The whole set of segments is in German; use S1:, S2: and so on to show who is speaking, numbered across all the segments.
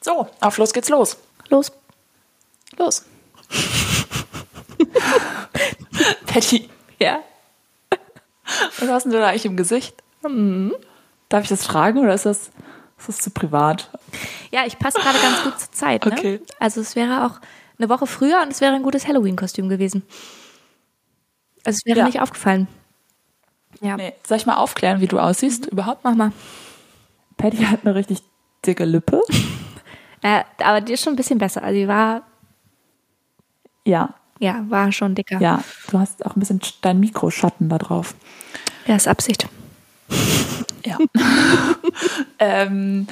S1: So, auf los geht's los.
S2: Los.
S1: Los. Patty,
S2: Ja.
S1: was hast denn du da eigentlich im Gesicht? Hm. Darf ich das fragen oder ist das, ist das zu privat?
S2: Ja, ich passe gerade ganz gut zur Zeit. Ne?
S1: Okay.
S2: Also es wäre auch eine Woche früher und es wäre ein gutes Halloween-Kostüm gewesen. Also es wäre
S1: Ja.
S2: nicht aufgefallen. Ja,
S1: Nee. Soll ich mal aufklären, wie du aussiehst überhaupt?
S2: mach mal.
S1: Mhm. Patty hat eine richtig dicke Lippe.
S2: Äh, aber die ist schon ein bisschen besser. Also die war,
S1: Ja,
S2: ja, war schon dicker.
S1: ja. Du hast auch ein bisschen dein Mikroschatten da drauf.
S2: ja ist Absicht.
S1: Ja. ähm,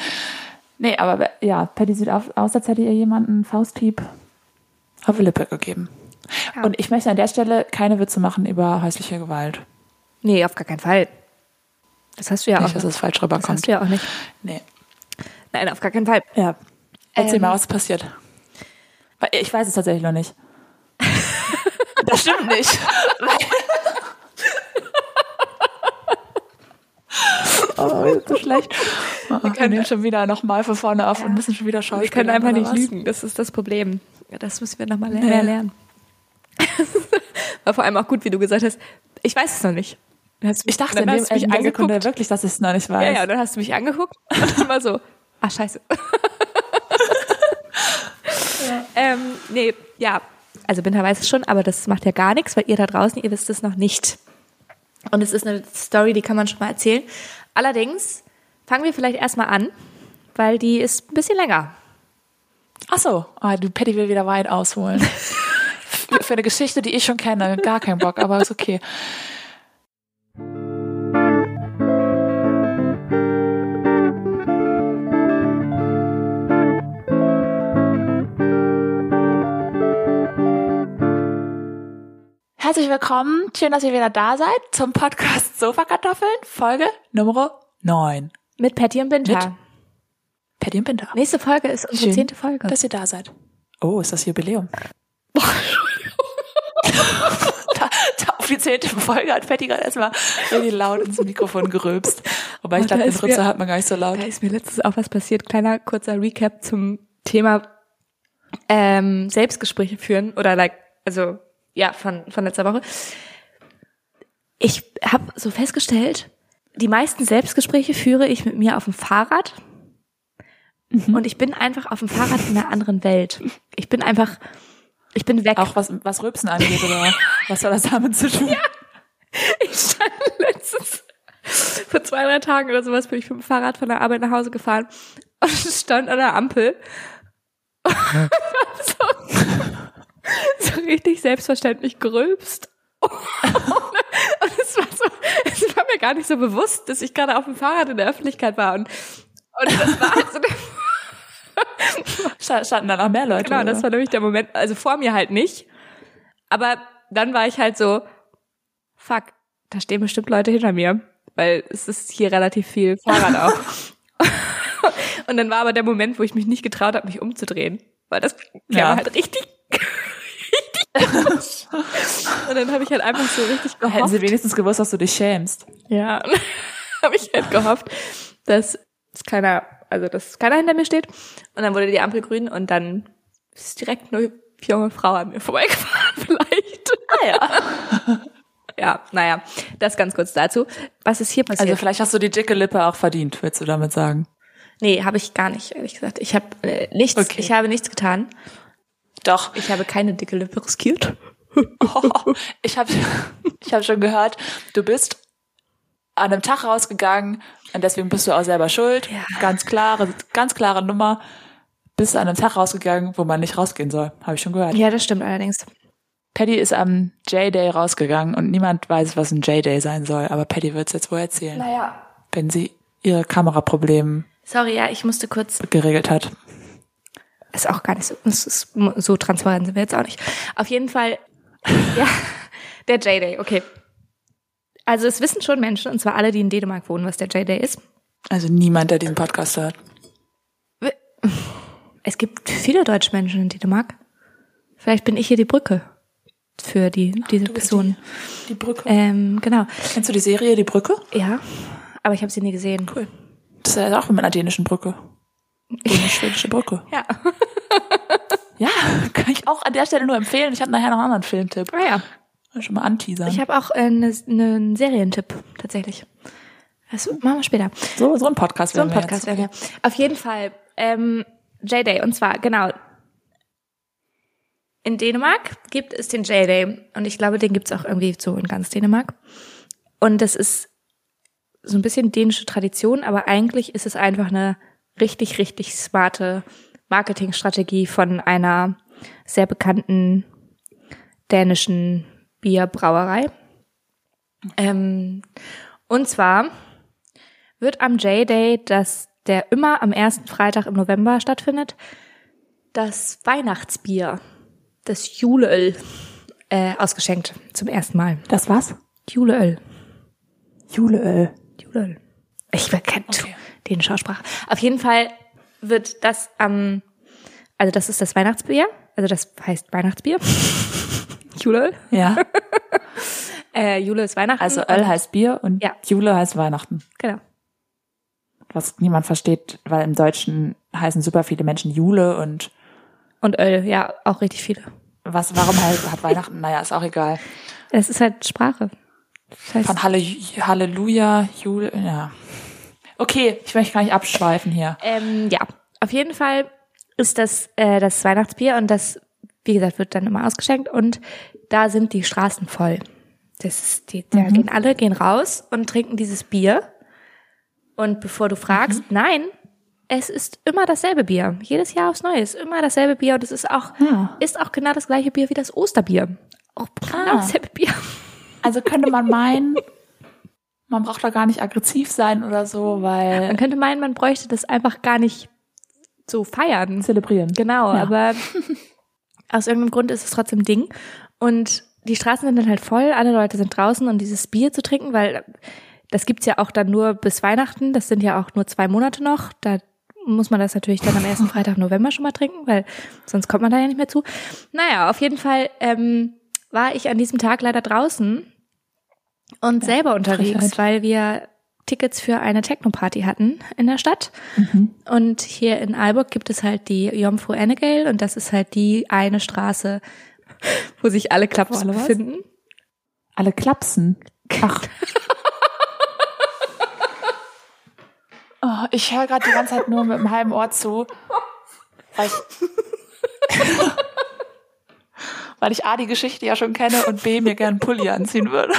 S1: nee, aber ja, Patty sieht auf, aus, als hätte ihr jemanden einen Fausthieb auf die Lippe gegeben.
S2: Ja.
S1: Und ich möchte an der Stelle keine Witze machen über häusliche Gewalt.
S2: Nee, auf gar keinen Fall. Das hast du ja
S1: Nicht,
S2: auch
S1: dass
S2: nicht.
S1: es falsch
S2: Das hast
S1: rüberkommt.
S2: du ja auch nicht.
S1: Nee.
S2: Nein, auf gar keinen Fall.
S1: Ja. Erzähl
S2: Ähm.
S1: mal, was ist passiert? Weil Ich weiß es tatsächlich noch nicht. das stimmt nicht. oh, ist so schlecht. Wir können schon wieder nochmal von vorne auf und müssen schon wieder schauen.
S2: Wir können einfach nicht lügen. Das ist das Problem. Ja, das müssen wir nochmal
S1: Nee.
S2: mehr lernen. War vor allem auch gut, wie du gesagt hast. Ich weiß es noch nicht. Dann hast du mich-
S1: Ich dachte
S2: dann
S1: in, dem,
S2: hast du mich
S1: in der
S2: angeguckt.
S1: Sekunde wirklich, dass ich es noch nicht weiß.
S2: Ja, ja, und dann hast du mich angeguckt und dann war so, ach scheiße. ähm, nee, ja, also Binter weiß es schon, aber das macht ja gar nichts, weil ihr da draußen, ihr wisst es noch nicht. Und es ist eine Story, die kann man schon mal erzählen. Allerdings fangen wir vielleicht erstmal an, weil die ist ein bisschen länger.
S1: Ach so, ah, du Patty will wieder weit ausholen. Für für eine Geschichte, die ich schon kenne, gar keinen Bock, aber ist okay. Herzlich willkommen, schön, dass ihr wieder da seid zum Podcast Sofakartoffeln, Folge Nummer 9.
S2: Mit Patty und Binter.
S1: Mit? Patty und Binder.
S2: Nächste Folge ist unsere
S1: Schön.
S2: zehnte Folge.
S1: dass ihr da seid. Oh, ist das Jubiläum? da, da auf die zehnte Folge hat Fetti gerade erstmal really laut ins Mikrofon gerülpst. Wobei ich
S2: Und da
S1: glaube, den
S2: ist
S1: Rützer
S2: mir-
S1: hat man gar nicht so laut.
S2: Da ist mir letztens auch was passiert. Kleiner kurzer Recap zum Thema ähm, Selbstgespräche führen oder like, also ja, von, von letzter Woche. Ich habe so festgestellt, die meisten Selbstgespräche führe ich mit mir auf dem Fahrrad. Und ich bin einfach auf dem Fahrrad in einer anderen Welt. Ich bin einfach, ich bin weg.
S1: Auch was, was Rülpsen angeht, oder was war das damit zu tun?
S2: Ich stand letztens vor zwei, drei Tagen oder sowas bin ich mit dem Fahrrad von der Arbeit nach Hause gefahren und stand an der Ampel. so, so richtig selbstverständlich gerülpst. Und es war, so, es war mir gar nicht so bewusst, dass ich gerade auf dem Fahrrad in der Öffentlichkeit war. Und, und das war halt so der
S1: Sta- Standen dann auch mehr Leute.
S2: Genau, das
S1: oder?
S2: war nämlich der Moment, also vor mir halt nicht. Aber dann war ich halt so, fuck, da stehen bestimmt Leute hinter mir, weil es ist hier relativ viel Fahrrad auch. Und dann war aber der Moment, wo ich mich nicht getraut habe, mich umzudrehen, weil das ja.
S1: Ja.
S2: war halt richtig, richtig. Und dann habe ich halt einfach so richtig gehofft.
S1: Hätten sie wenigstens gewusst, dass du dich schämst.
S2: Ja, und habe ich halt gehofft, dass es keiner, also dass keiner hinter mir steht. Und dann wurde die Ampel grün und dann ist direkt eine junge Frau an mir vorbeigefahren, vielleicht. Ah ja. ja, naja, das ganz kurz dazu. Was ist hier passiert?
S1: Also vielleicht hast du die dicke Lippe auch verdient, willst du damit sagen.
S2: nee, habe ich gar nicht, ehrlich gesagt. Ich habe äh, nichts,
S1: Okay.
S2: ich habe nichts getan.
S1: Doch.
S2: Ich habe keine dicke Lippe riskiert.
S1: Oh, ich habe ich hab schon gehört, du bist an einem Tag rausgegangen und deswegen bist du auch selber schuld.
S2: Ja.
S1: Ganz klare, ganz klare Nummer. Bist an einem Tag rausgegangen, wo man nicht rausgehen soll. Habe ich schon gehört.
S2: Ja, das stimmt allerdings.
S1: Patty ist am J-Day rausgegangen und niemand weiß, was ein J-Day sein soll. Aber Patty wird es jetzt wohl erzählen,
S2: Naja.
S1: wenn sie ihr Kameraproblem
S2: Sorry, ja, ich musste kurz
S1: geregelt hat.
S2: ist auch gar nicht so, es ist, so transparent sind wir jetzt auch nicht. Auf jeden Fall, ja, der J-Day, okay. Also es wissen schon Menschen, und zwar alle, die in Dänemark wohnen, was der J-Day ist.
S1: Also niemand, der diesen Podcast hört.
S2: Es gibt viele deutsche Menschen in Dänemark. Vielleicht bin ich hier die Brücke für die, diese
S1: Du bist
S2: Person.
S1: Die, die Brücke.
S2: Ähm, genau.
S1: Äh, Kennst du die Serie Die Brücke?
S2: Ja, aber ich habe sie nie gesehen.
S1: Cool. Das ist ja auch mit einer dänischen Brücke. Ohne schwedische Brücke.
S2: Ja.
S1: Ja, kann ich auch an der Stelle nur empfehlen. Ich habe nachher noch einen anderen Filmtipp.
S2: Ah ja.
S1: Mal Schon mal anteasern.
S2: Ich habe auch einen äh, ne, einen Serientipp tatsächlich. Das machen wir später.
S1: so, so ein Podcast
S2: So ein
S1: werden wir
S2: Podcast
S1: jetzt.
S2: werden wir. Auf jeden Fall ähm, J-Day und zwar genau. In Dänemark gibt es den J-Day und ich glaube, den gibt's auch irgendwie so in ganz Dänemark. Und das ist so ein bisschen dänische Tradition, aber eigentlich ist es einfach eine richtig, richtig smarte Marketingstrategie von einer sehr bekannten dänischen Bierbrauerei. Ähm, und zwar wird am J-Day, das der immer am ersten Freitag im November stattfindet, das Weihnachtsbier, das Juleöl, äh, ausgeschenkt zum ersten Mal.
S1: Das was?
S2: Juleöl.
S1: Juleöl.
S2: Juleöl. Ich verkenne
S1: Okay.
S2: den Schausprache. Auf jeden Fall wird das am, also das ist das Weihnachtsbier, also das heißt Weihnachtsbier. Juleöl.
S1: Ja.
S2: Äh, Jule ist Weihnachten.
S1: Also Öl heißt Bier und
S2: Ja.
S1: Jule heißt Weihnachten.
S2: Genau.
S1: Was niemand versteht, weil im Deutschen heißen super viele Menschen Jule und
S2: Und Öl, ja, auch richtig viele.
S1: was, warum halt, hat Weihnachten, naja, ist auch egal.
S2: Es ist halt Sprache. Das heißt,
S1: Von Halle, Halleluja, Jule, ja. Okay, ich möchte gar nicht abschweifen hier.
S2: Ähm, ja, auf jeden Fall ist das äh, das Weihnachtsbier und das, wie gesagt, wird dann immer ausgeschenkt und da sind die Straßen voll. Das ist die,
S1: Mhm.
S2: da gehen alle gehen raus und trinken dieses Bier. Und bevor du
S1: Mhm.
S2: fragst, nein, es ist immer dasselbe Bier. Jedes Jahr aufs Neue ist immer dasselbe Bier und es ist auch
S1: Ah.
S2: ist auch genau das gleiche Bier wie das Osterbier. Auch genau
S1: Ah.
S2: dasselbe Bier.
S1: Also könnte man meinen, man braucht da gar nicht aggressiv sein oder so,
S2: Man
S1: weil
S2: könnte meinen, man bräuchte das einfach gar nicht so feiern.
S1: zelebrieren.
S2: Genau,
S1: Ja.
S2: aber aus irgendeinem Grund ist es trotzdem Ding. Und die Straßen sind dann halt voll, alle Leute sind draußen, um dieses Bier zu trinken, weil das gibt's ja auch dann nur bis Weihnachten. Das sind ja auch nur zwei Monate noch. Da muss man das natürlich dann am ersten Freitag im November schon mal trinken, weil sonst kommt man da ja nicht mehr zu. Naja, auf jeden Fall ähm, war ich an diesem Tag leider draußen und selber unterwegs,
S1: Frechheit.
S2: weil wir Tickets für eine Techno-Party hatten in der Stadt.
S1: mhm.
S2: Und hier in Aalborg gibt es halt die Jomfru Annegale und das ist halt die eine Straße, wo sich alle
S1: Wo
S2: Clubs
S1: alle was?
S2: befinden.
S1: Alle klapsen. Ach. oh, ich höre gerade die ganze Zeit nur mit dem halben Ohr zu, weil ich, weil ich A, die Geschichte ja schon kenne und B, mir gern einen Pulli anziehen würde.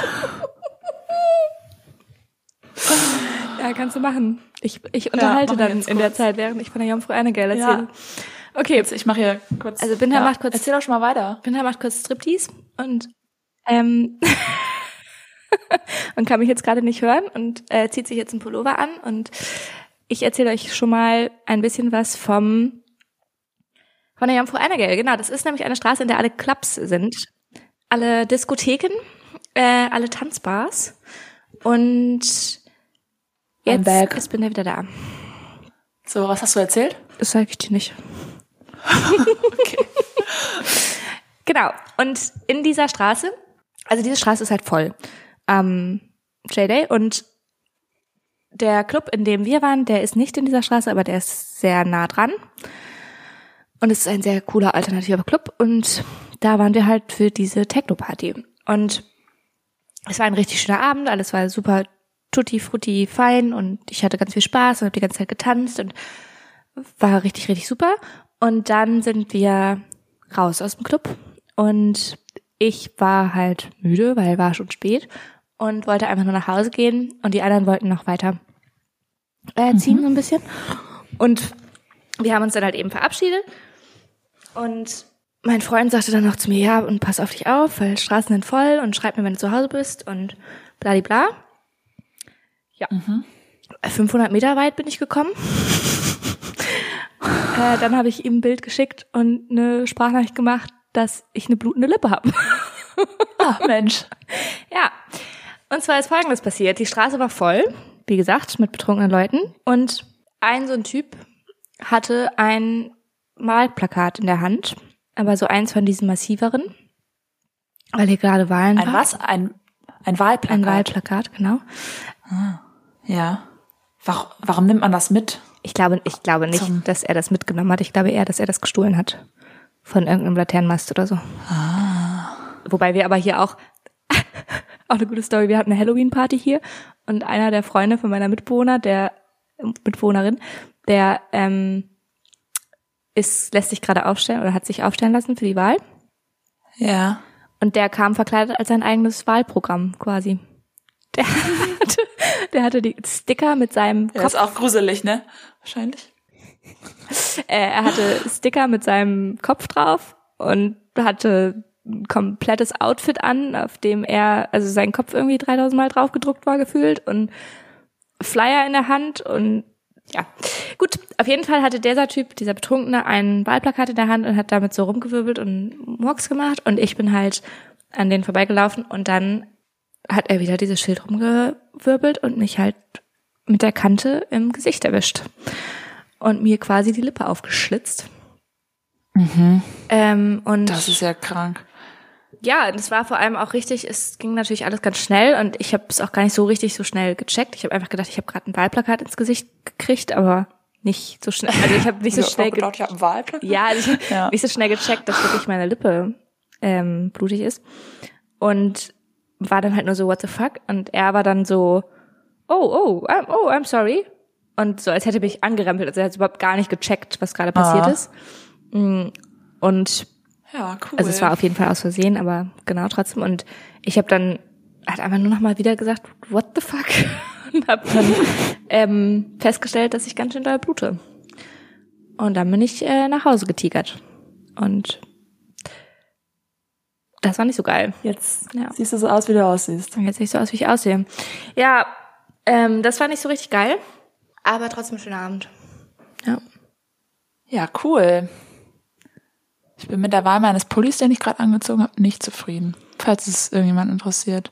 S2: Ja, kannst du machen. Ich, ich unterhalte
S1: mach
S2: dann in
S1: jetzt
S2: der
S1: kurz.
S2: Zeit, während ich von der Jomfru Annegale
S1: Ja.
S2: erzähle. Okay,
S1: Ich mache hier kurz.
S2: Also Binda macht kurz-
S1: Erzähl doch schon mal weiter.
S2: Günther macht halt kurz Striptease und ähm, und kann mich jetzt gerade nicht hören und äh, zieht sich jetzt einen Pullover an und ich erzähle euch schon mal ein bisschen was vom von der Jomfru Annagel. Genau, das ist nämlich eine Straße, in der alle Clubs sind, alle Diskotheken, äh, alle Tanzbars und
S1: I'm
S2: jetzt,
S1: back.
S2: jetzt bin ich wieder da.
S1: So, was hast du erzählt?
S2: Das sage ich dir nicht. Genau. Und in dieser Straße, also diese Straße ist halt voll. Ähm, J-Day und der Club, in dem wir waren, der ist nicht in dieser Straße, aber der ist sehr nah dran. Und es ist ein sehr cooler alternativer Club. Und da waren wir halt für diese Techno-Party. Und es war ein richtig schöner Abend, alles war super tutti frutti fein und ich hatte ganz viel Spaß und habe die ganze Zeit getanzt und war richtig, richtig super. Und dann sind wir raus aus dem Club und ich war halt müde, weil war schon spät und wollte einfach nur nach Hause gehen und die anderen wollten noch weiter äh, ziehen so ein bisschen. Und wir haben uns dann halt eben verabschiedet und mein Freund sagte dann noch zu mir, ja, und pass auf dich auf, weil Straßen sind voll und schreib mir, wenn du zu Hause bist und bladibla. Ja. 500 Meter weit bin ich gekommen. äh, dann habe ich ihm ein Bild geschickt und eine Sprachnachricht gemacht, dass ich eine blutende Lippe habe. Ah,
S1: Ach, Mensch.
S2: Ja. Und zwar ist Folgendes passiert. Die Straße war voll, wie gesagt, mit betrunkenen Leuten. Und ein so ein Typ hatte ein Malplakat in der Hand. Aber so eins von diesen massiveren. Weil hier gerade Wahlen
S1: Ein
S2: war.
S1: was? Ein, ein Wahlplakat?
S2: Ein Wahlplakat, genau.
S1: Ja. Warum, warum nimmt man das mit?
S2: Ich glaube, ich glaube nicht,
S1: Zum-
S2: dass er das mitgenommen hat. Ich glaube eher, dass er das gestohlen hat. Von irgendeinem Laternenmast oder so.
S1: Ah.
S2: Wobei wir aber hier auch, auch eine gute Story, wir hatten eine Halloween-Party hier und einer der Freunde von meiner Mitbewohner, der, Mitbewohnerin, der, ähm, ist, lässt sich gerade aufstellen oder hat sich aufstellen lassen für die Wahl.
S1: Ja.
S2: Und der kam verkleidet als sein eigenes Wahlprogramm quasi. Der hatte, der hatte die Sticker mit seinem
S1: ja.
S2: Kopf
S1: Ist auch gruselig, ne? Wahrscheinlich.
S2: Äh, er hatte Sticker mit seinem Kopf drauf und hatte ein komplettes Outfit an, auf dem er, also sein Kopf irgendwie 3000 Mal drauf gedruckt war gefühlt und Flyer in der Hand und ja. Gut, auf jeden Fall hatte dieser Typ, dieser Betrunkene, ein Wahlplakat in der Hand und hat damit so rumgewirbelt und Murks gemacht und ich bin halt an den vorbeigelaufen und dann hat er wieder dieses Schild rumgewirbelt und mich halt mit der Kante im Gesicht erwischt und mir quasi die Lippe aufgeschlitzt. Ähm, und
S1: Das ist ja krank.
S2: ja, und es war vor allem auch richtig, es ging natürlich alles ganz schnell und ich habe es auch gar nicht so richtig so schnell gecheckt. Ich habe einfach gedacht, ich habe gerade ein Wahlplakat ins Gesicht gekriegt, aber nicht so schnell. Also ich habe nicht so
S1: Ja, ich hab
S2: schnell ge-
S1: gedacht, ich hab einen Wahlplatz.
S2: ja, also ich
S1: Ja.
S2: hab nicht so schnell gecheckt, dass wirklich meine Lippe ähm, blutig ist. Und war dann halt nur so, what the fuck? Und er war dann so, oh, oh, I'm, oh, I'm sorry. Und so, als hätte er mich angerempelt. Also er hat überhaupt gar nicht gecheckt, was gerade passiert
S1: Ah.
S2: ist. Mm, Und
S1: Ja, cool.
S2: also es war auf jeden Fall aus Versehen, aber genau trotzdem. Und ich habe dann halt einfach nur noch mal wieder gesagt, what the fuck? Und habe dann ähm, festgestellt, dass ich ganz schön doll blute. Und dann bin ich äh, nach Hause getigert. Und das war nicht so geil.
S1: Jetzt
S2: Ja.
S1: siehst du so aus, wie du aussiehst.
S2: Jetzt sehe ich so aus, wie ich aussehe. Ja, ähm, das war nicht so richtig geil, aber trotzdem schöner Abend. Ja.
S1: Ja, cool. Ich bin mit der Wahl meines Pullis, den ich gerade angezogen habe, nicht zufrieden. Falls es irgendjemand interessiert.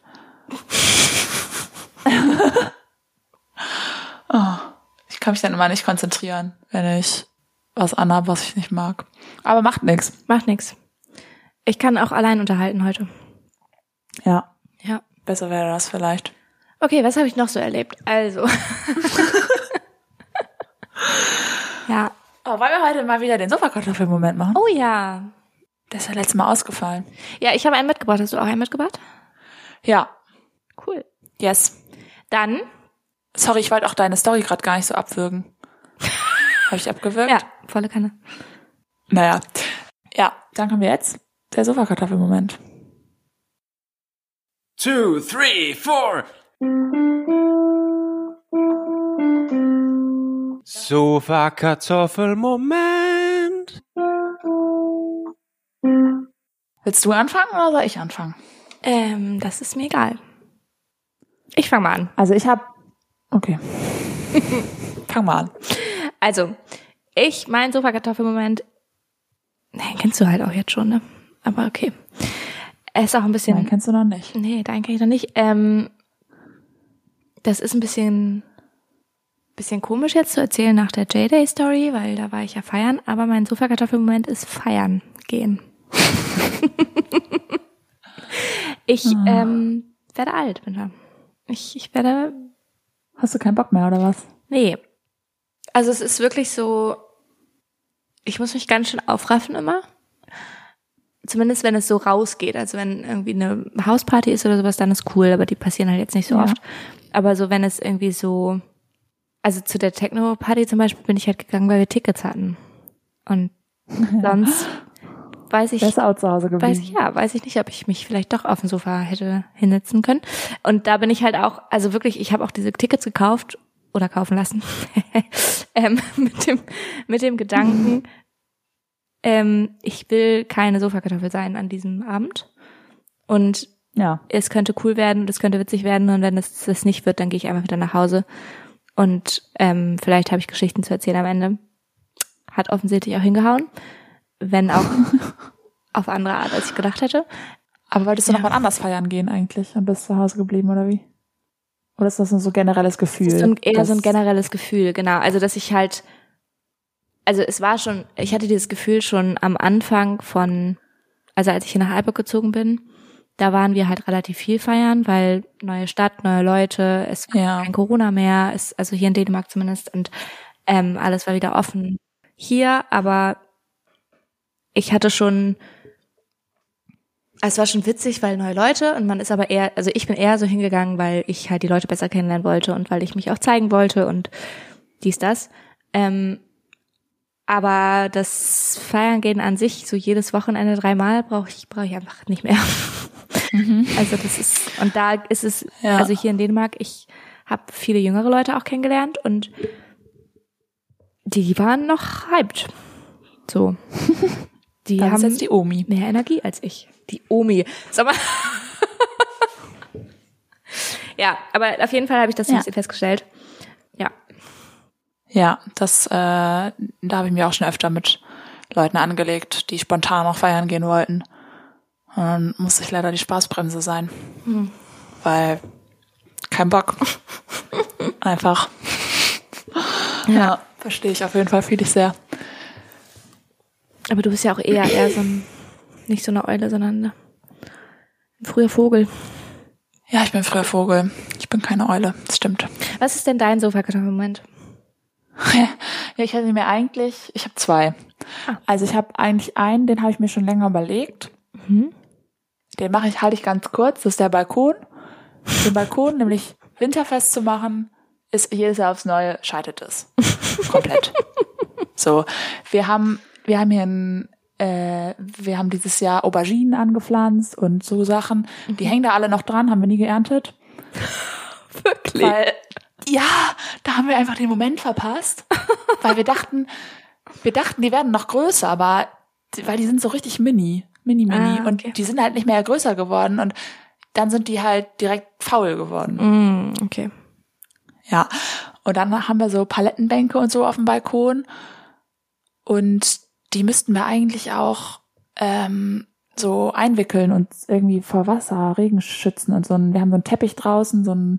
S1: oh, ich kann mich dann immer nicht konzentrieren, wenn ich was anhabe, was ich nicht mag. Aber macht nichts.
S2: Macht nix. Ich kann auch allein unterhalten heute.
S1: Ja.
S2: Ja.
S1: Besser wäre das vielleicht.
S2: Okay, was habe ich noch so erlebt? Also. ja.
S1: Oh, wollen wir heute mal wieder den Sofakartoffelmoment machen?
S2: Oh ja.
S1: Der ist ja letztes Mal ausgefallen.
S2: Ja, ich habe einen mitgebracht. Hast du auch einen mitgebracht?
S1: Ja.
S2: Cool.
S1: Yes.
S2: Dann.
S1: Sorry, ich wollte auch deine Story gerade gar nicht so abwürgen. Habe ich abgewürgt?
S2: Ja, volle Kanne.
S1: Naja. Ja, dann kommen wir jetzt. Der Sofakartoffelmoment.
S3: two, three, four. Sofa Kartoffelmoment.
S1: Willst du anfangen oder soll ich anfangen?
S2: Ähm, das ist mir egal. Ich fange mal an.
S1: Also ich habe. Okay. Fang mal an.
S2: Also, ich, mein Sofakartoffelmoment. Nee, kennst du halt auch jetzt schon, ne? Aber okay. Er ist auch ein bisschen.
S1: Den kennst du noch nicht.
S2: Nee, deinen kenne ich noch nicht. Ähm, das ist ein bisschen, bisschen komisch jetzt zu erzählen nach der J-Day-Story, weil da war ich ja feiern, aber mein Sofakartoffelmoment ist feiern gehen. ich ähm, werde alt, Winter. Ich, ich werde
S1: Hast du keinen Bock mehr oder was?
S2: Nee. Also es ist wirklich so, ich muss mich ganz schön aufraffen immer. Zumindest wenn es so rausgeht. Also wenn irgendwie eine Hausparty ist oder sowas, dann ist cool, aber die passieren halt jetzt nicht so
S1: Ja.
S2: oft. Aber so wenn es irgendwie so, also zu der Techno-Party zum Beispiel bin ich halt gegangen, weil wir Tickets hatten. Und sonst weiß ich
S1: auch zu Hause
S2: Weiß ich, ja, weiß ich nicht, ob ich mich vielleicht doch auf dem Sofa hätte hinsetzen können. Und da bin ich halt auch, also wirklich, ich habe auch diese Tickets gekauft oder kaufen lassen ähm, mit dem mit dem Gedanken, ähm, ich will keine Sofakartoffel sein an diesem Abend. Und
S1: Ja.
S2: es könnte cool werden und es könnte witzig werden und wenn es das nicht wird, dann gehe ich einfach wieder nach Hause und ähm, vielleicht habe ich Geschichten zu erzählen am Ende. Hat offensichtlich auch hingehauen, wenn auch auf andere Art, als ich gedacht hätte.
S1: Aber wolltest du
S2: Ja.
S1: noch mal anders feiern gehen eigentlich und bist zu Hause geblieben oder wie? Oder ist das nur so generelles Gefühl?
S2: Das ist so ein, eher so ein
S1: dass-
S2: generelles Gefühl, genau. Also dass ich halt, also es war schon, ich hatte dieses Gefühl schon am Anfang von, also als ich hier nach Alburg gezogen bin, da waren wir halt relativ viel feiern, weil neue Stadt, neue Leute, es
S1: Ja.
S2: kein Corona mehr, ist also hier in Dänemark zumindest und Ähm, alles war wieder offen hier, aber ich hatte schon, es war schon witzig, weil neue Leute und man ist aber eher, also ich bin eher so hingegangen, weil ich halt die Leute besser kennenlernen wollte und weil ich mich auch zeigen wollte und dies, das. Ähm, aber das Feiern gehen an sich, so jedes Wochenende dreimal, brauche ich, brauche ich einfach nicht mehr. Also das ist, und da ist es,
S1: Mhm. Ja.
S2: also hier in Dänemark, ich habe viele jüngere Leute auch kennengelernt und die waren noch hyped. So. Die
S1: Dann ist
S2: haben
S1: jetzt die Omi.
S2: mehr Energie als ich. Die Omi. Sag mal. ja, aber auf jeden Fall habe ich das
S1: Ja.
S2: ein bisschen festgestellt. Ja.
S1: Ja, das, äh, da habe ich mich auch schon öfter mit Leuten angelegt, die spontan noch feiern gehen wollten. Und dann musste ich leider die Spaßbremse sein. Weil kein Bock. Einfach. Ja, verstehe ich auf jeden Fall, fühle ich sehr.
S2: Aber du bist ja auch eher, eher so ein, nicht so eine Eule, sondern ein früher Vogel.
S1: Ja, ich bin früher Vogel. Ich bin keine Eule, das stimmt.
S2: Was ist denn dein Sofakartoffelmoment?
S1: Ja, ich hatte mir eigentlich, ich habe zwei.
S2: Ah.
S1: Also ich habe eigentlich einen, den habe ich mir schon länger überlegt.
S2: Mhm.
S1: Den mache ich, halte ich ganz kurz. Das ist der Balkon. Den Balkon, nämlich winterfest zu machen, ist jedes Jahr aufs Neue scheitert es. Komplett. so, wir haben, wir haben hier ein, äh, wir haben dieses Jahr Auberginen angepflanzt und so Sachen. Die
S2: Mhm.
S1: hängen da alle noch dran, haben wir nie geerntet.
S2: Wirklich?
S1: Weil, ja, da haben wir einfach den Moment verpasst, weil wir dachten, wir dachten, die werden noch größer, aber die- weil die sind so richtig mini, mini, mini
S2: Ah,
S1: und
S2: okay.
S1: die sind halt nicht mehr größer geworden und dann sind die halt direkt faul geworden.
S2: Mm, okay.
S1: Ja. Und dann haben wir so Palettenbänke und so auf dem Balkon. Und die müssten wir eigentlich auch ähm, so einwickeln und irgendwie vor Wasser, Regen schützen und so. Ein, wir haben so einen Teppich draußen, so einen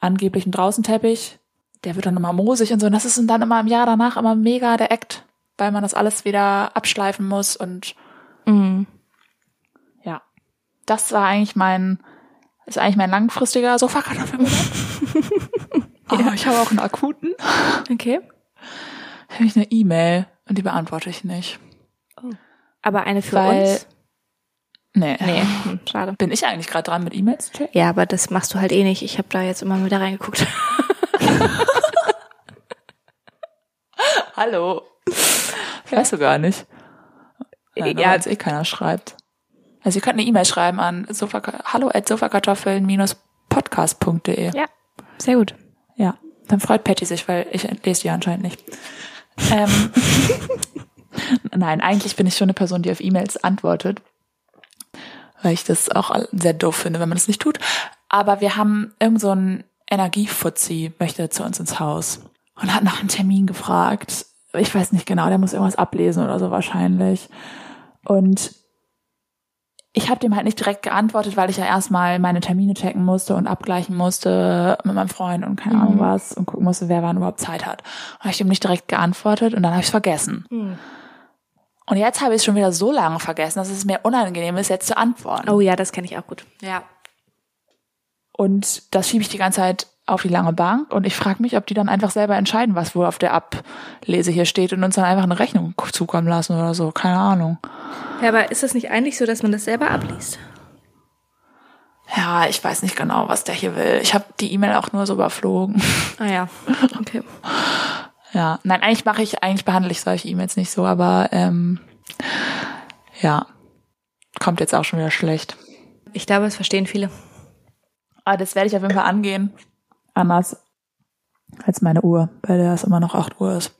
S1: angeblichen Draußenteppich. Der wird dann immer moosig und so. Und das ist dann immer im Jahr danach immer mega der Act, weil man das alles wieder abschleifen muss und
S2: Mm.
S1: ja, das war eigentlich mein, ist eigentlich mein langfristiger Sofakartoffelmoment. Aber Oh, ich habe auch einen akuten.
S2: Okay.
S1: Habe ich eine E-Mail und die beantworte ich nicht.
S2: Aber eine für
S1: Weil-
S2: uns?
S1: Nee.
S2: Nee, hm, schade.
S1: Bin ich eigentlich gerade dran mit E-Mails? zu checken?
S2: Ja, aber das machst du halt eh nicht. Ich habe da jetzt immer wieder reingeguckt.
S1: Hallo. Weißt du gar nicht. Nein,
S2: Ja.
S1: ja, jetzt eh keiner schreibt. Also ihr könnt eine E-Mail schreiben an sofa, hallo at sofakartoffeln-podcast.de.
S2: Ja. Sehr gut.
S1: Ja, dann freut Patty sich, weil ich lese die anscheinend nicht. Ähm, Nein, eigentlich bin ich schon eine Person, die auf E-Mails antwortet, weil ich das auch all- sehr doof finde, wenn man das nicht tut. Aber wir haben irgend so einen Energiefuzzi möchte zu uns ins Haus und hat nach einem Termin gefragt. Ich weiß nicht genau, der muss irgendwas ablesen oder so wahrscheinlich. Und ich habe dem halt nicht direkt geantwortet, weil ich ja erstmal meine Termine checken musste und abgleichen musste mit meinem Freund und keine Ahnung
S2: Mhm.
S1: was und gucken musste, wer wann überhaupt Zeit hat. Und habe ich dem nicht direkt geantwortet und dann habe ich es vergessen. Und jetzt habe ich es schon wieder so lange vergessen, dass es mir unangenehm ist, jetzt zu antworten.
S2: Oh ja, das kenne ich auch gut.
S1: Ja. Und das schiebe ich die ganze Zeit auf die lange Bank und ich frage mich, ob die dann einfach selber entscheiden, was wohl auf der Ablese hier steht und uns dann einfach eine Rechnung zukommen lassen oder so. Keine Ahnung.
S2: Ja, aber ist das nicht eigentlich so, dass man das selber abliest?
S1: Ja, ich weiß nicht genau, was der hier will. Ich habe die E-Mail auch nur so überflogen.
S2: Ah ja. Okay.
S1: Ja, nein, eigentlich mache ich, eigentlich behandle ich solche E-Mails nicht so, aber ähm, ja, kommt jetzt auch schon wieder schlecht.
S2: Ich glaube, es verstehen viele.
S1: Aber Ah, das werde ich auf jeden Fall angehen. Anders als meine Uhr, bei der es immer noch 8 Uhr ist.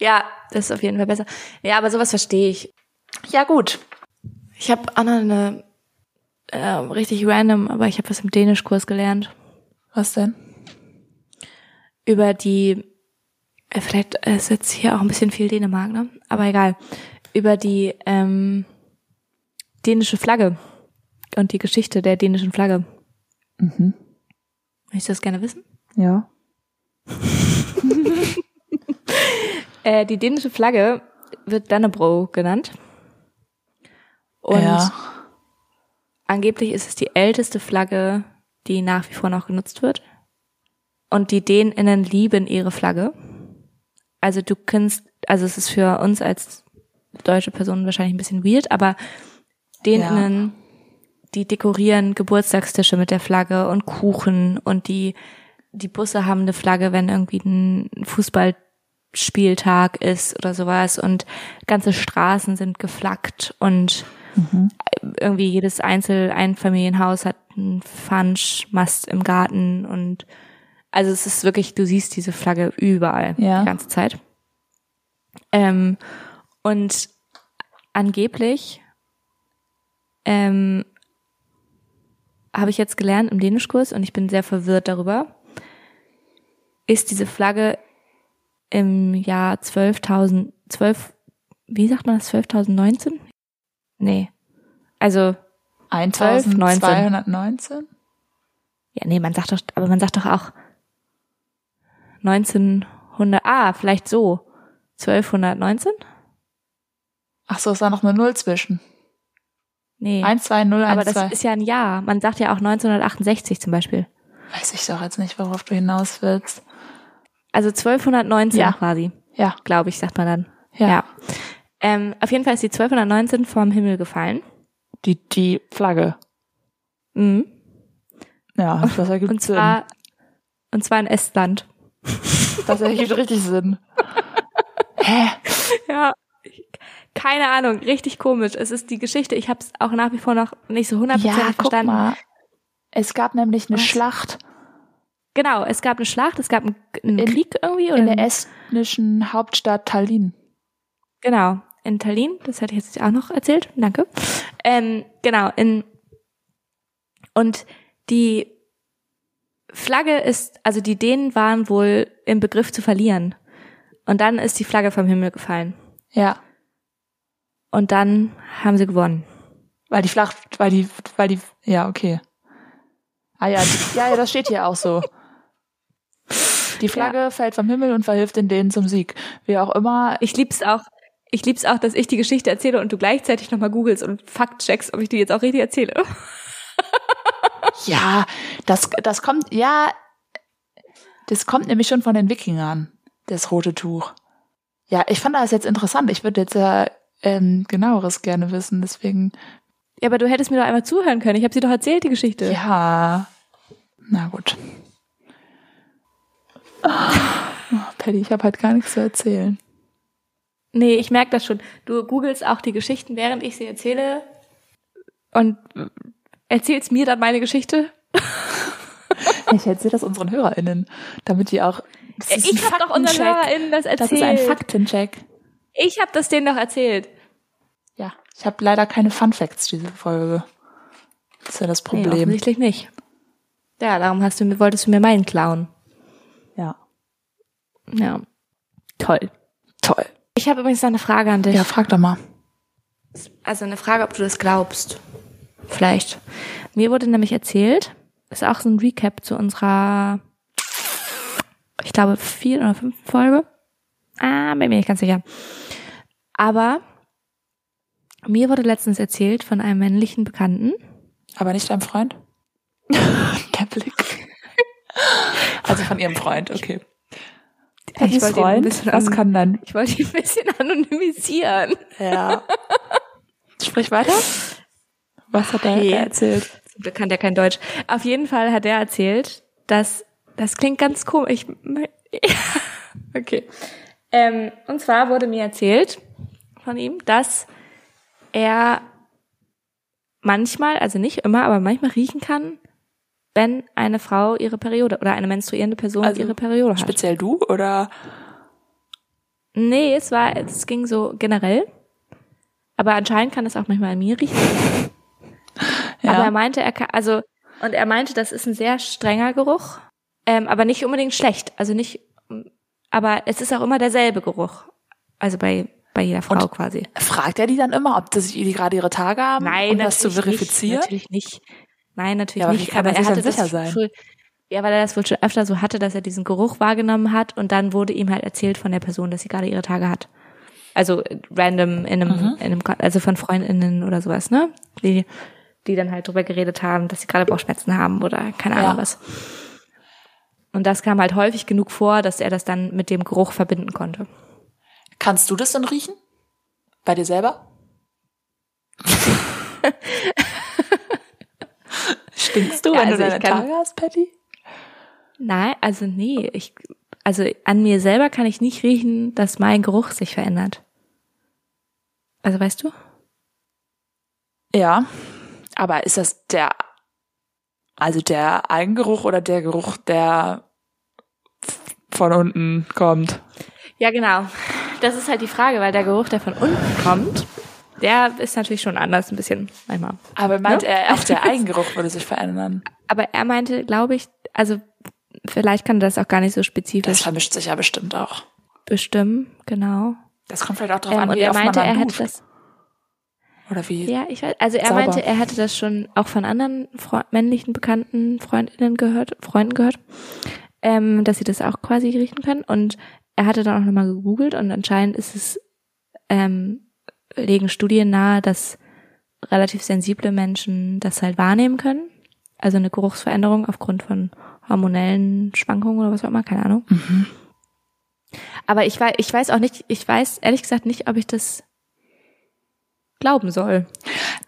S2: Ja, das ist auf jeden Fall besser. Ja, aber sowas verstehe ich.
S1: Ja, gut.
S2: Ich habe auch noch eine äh, richtig random, aber ich habe was im Dänischkurs gelernt.
S1: Was denn?
S2: über die, äh, vielleicht äh, ist jetzt hier auch ein bisschen viel Dänemark, ne? Aber egal. Über die ähm, dänische Flagge und die Geschichte der dänischen Flagge. Mhm. Möchtest du das gerne wissen?
S1: Ja.
S2: Äh, die dänische Flagge wird Dannebro genannt. Und
S1: ja.
S2: angeblich ist es die älteste Flagge, die nach wie vor noch genutzt wird. Und die DänInnen lieben ihre Flagge. Also du kannst, also es ist für uns als deutsche Personen wahrscheinlich ein bisschen weird, aber DänInnen, die dekorieren Geburtstagstische mit der Flagge und Kuchen und die, die Busse haben eine Flagge, wenn irgendwie ein Fußballspieltag ist oder sowas und ganze Straßen sind geflaggt und irgendwie jedes Einzel Einfamilienhaus hat einen Pfandschmast im Garten und also es ist wirklich, du siehst diese Flagge überall
S1: Ja.
S2: die ganze Zeit. Ähm, und angeblich ähm, habe ich jetzt gelernt im Dänischkurs und ich bin sehr verwirrt darüber, ist diese Flagge im Jahr 12.000, 12, wie sagt man das, 12.019? Nee. Also,
S1: 1219?
S2: ja, nee, man sagt doch, aber man sagt doch auch 1900, ah, vielleicht so. 1219?
S1: Ach so, es war noch eine Null zwischen.
S2: Nee.
S1: 1, 2, 0, 1,
S2: aber das
S1: 2.
S2: ist ja ein Jahr. Man sagt ja auch 1968 zum Beispiel.
S1: Weiß ich doch jetzt nicht, worauf du hinaus willst.
S2: Also 1219
S1: Ja.
S2: quasi,
S1: Ja,
S2: glaube ich, sagt man dann.
S1: ja.
S2: Ähm, auf jeden Fall ist die 1219 vom Himmel gefallen.
S1: Die, die Flagge.
S2: Mhm.
S1: Ja, das ergibt
S2: Und
S1: Sinn.
S2: zwar, und zwar in Estland.
S1: das ergibt richtig Sinn. Hä?
S2: Ja, keine Ahnung, richtig komisch. Es ist die Geschichte. Ich habe es auch nach wie vor noch nicht so 100%
S1: Ja, guck
S2: verstanden.
S1: mal. Es gab nämlich eine
S2: Was?
S1: Schlacht
S2: Genau, es gab eine Schlacht, es gab einen, einen
S1: In-
S2: Krieg irgendwie oder
S1: in der
S2: einen-
S1: estnischen Hauptstadt Tallinn.
S2: genau in Tallinn. Das hätte ich jetzt auch noch erzählt. Danke. Ähm, genau in und die Flagge ist, also die Dänen waren wohl im Begriff zu verlieren und dann ist die Flagge vom Himmel gefallen
S1: Ja,
S2: und dann haben sie gewonnen.
S1: weil die Schlacht, weil die, weil die, ja, okay. Ah ja, die, ja, ja, das steht hier auch so. Die Flagge fällt vom Himmel und verhilft den Dänen zum Sieg. Wie auch immer,
S2: Ich lieb's auch. Ich lieb's auch, dass ich die Geschichte erzähle und du gleichzeitig nochmal googelst und faktcheckst, ob ich die jetzt auch richtig erzähle.
S1: Ja, das, das kommt, ja, das kommt nämlich schon von den Wikingern, das rote Tuch. Ja, ich fand das jetzt interessant. Ich würde jetzt ja ähm, genaueres gerne wissen, deswegen.
S2: Ja, aber du hättest mir doch einmal zuhören können. Ich habe sie doch erzählt, die Geschichte.
S1: Ja. Na gut. Oh, Patty, ich habe halt gar nichts zu erzählen.
S2: Nee, ich merk das schon. Du googelst auch die Geschichten, während ich sie erzähle und erzählst mir dann meine Geschichte.
S1: Ich erzähle das unseren HörerInnen, damit die auch. Das ist
S2: Äh, Ich
S1: ein
S2: habe doch unseren
S1: Faktencheck.
S2: HörerInnen das erzählt.
S1: Das ist ein Faktencheck.
S2: Ich habe das denen doch erzählt.
S1: Ja, ich habe leider keine Fun Facts diese Folge. Das ist ja das
S2: Nee,
S1: Problem.
S2: offensichtlich nicht. Ja, darum hast du, mir- wolltest du mir meinen klauen.
S1: ja.
S2: Ja. Toll.
S1: Toll.
S2: Ich habe übrigens noch eine Frage an dich.
S1: Ja, frag doch mal.
S2: Also eine Frage, ob du das glaubst. Vielleicht. Mir wurde nämlich erzählt, ist auch so ein Recap zu unserer, ich glaube, vier oder fünf Folge. Ah, bin mir nicht ganz sicher. Aber mir wurde letztens erzählt von einem männlichen Bekannten.
S1: Aber nicht deinem Freund? Der Blick. Also von ihrem Freund, okay.
S2: Ich wollte ihn ein bisschen
S1: was
S2: an-
S1: kann dann?
S2: Ich wollte ihn ein bisschen anonymisieren.
S1: Ja. Sprich weiter. Was hat er
S2: Hey.
S1: erzählt?
S2: Zum Glück kann der kein Deutsch. Auf jeden Fall hat er erzählt, dass das klingt ganz komisch. Ich- okay. Ähm, und zwar wurde mir erzählt von ihm, dass er manchmal, also nicht immer, aber manchmal riechen kann, wenn eine Frau ihre Periode oder eine menstruierende Person
S1: Also
S2: ihre Periode hat.
S1: Speziell du oder?
S2: Nee, es war, es ging so generell. Aber anscheinend kann es auch manchmal an mir riechen. Aber er meinte, er kann, also, und er meinte, das ist ein sehr strenger Geruch, ähm, aber nicht unbedingt schlecht. Also nicht, aber es ist auch immer derselbe Geruch. Also bei, bei jeder Frau
S1: Und-
S2: quasi.
S1: Fragt er die dann immer, ob das die gerade ihre Tage haben, um das zu
S2: natürlich
S1: verifizieren?
S2: Nicht, natürlich nicht. Nein, natürlich
S1: Ja, aber wie
S2: nicht.
S1: kann man sich dann
S2: das
S1: sicher sein?
S2: Schon, ja, weil er das wohl schon öfter so hatte, dass er diesen Geruch wahrgenommen hat und dann wurde ihm halt erzählt von der Person, dass sie gerade ihre Tage hat. Also äh, random in einem,
S1: Mhm.
S2: in einem Kon- also von Freundinnen oder sowas, ne? Die, die dann halt drüber geredet haben, dass sie gerade Bauchschmerzen haben oder keine Ahnung
S1: Ja.
S2: was. Und das kam halt häufig genug vor, dass er das dann mit dem Geruch verbinden konnte.
S1: Kannst du das denn riechen? Bei dir selber? Stinkst du,
S2: Ja,
S1: wenn
S2: also
S1: du deine
S2: ich kann-
S1: Tage hast, Patty?
S2: Nein, also nee, ich, also an mir selber kann ich nicht riechen, dass mein Geruch sich verändert. Also weißt du?
S1: Ja. Aber ist das der, also der Eigengeruch oder der Geruch, der von unten kommt?
S2: Ja, genau. Das ist halt die Frage, weil der Geruch, der von unten kommt, der ist natürlich schon anders ein bisschen manchmal.
S1: Aber meint
S2: Ja.
S1: er, auch der Eigengeruch würde sich verändern?
S2: Aber er meinte, glaube ich, also vielleicht kann er das auch gar nicht so
S1: Das
S2: spezifisch
S1: vermischt sich ja bestimmt auch.
S2: bestimmen, genau.
S1: Das kommt vielleicht auch darauf
S2: Ähm,
S1: an,
S2: und
S1: wie
S2: er
S1: oft
S2: meinte,
S1: man
S2: er
S1: dann
S2: hätte
S1: duscht.
S2: das
S1: Oder wie?
S2: Ja, ich weiß. Also er
S1: Sauber.
S2: meinte, er hätte das schon auch von anderen Fre männlichen Bekannten, Freundinnen gehört, Freunden gehört, ähm, dass sie das auch quasi riechen können. Und er hatte dann auch nochmal gegoogelt und anscheinend ist es, ähm, legen Studien nahe, dass relativ sensible Menschen das halt wahrnehmen können. Also eine Geruchsveränderung aufgrund von hormonellen Schwankungen oder was auch immer, keine Ahnung. Aber ich weiß, ich weiß auch nicht, ich weiß ehrlich gesagt nicht, ob ich das glauben soll.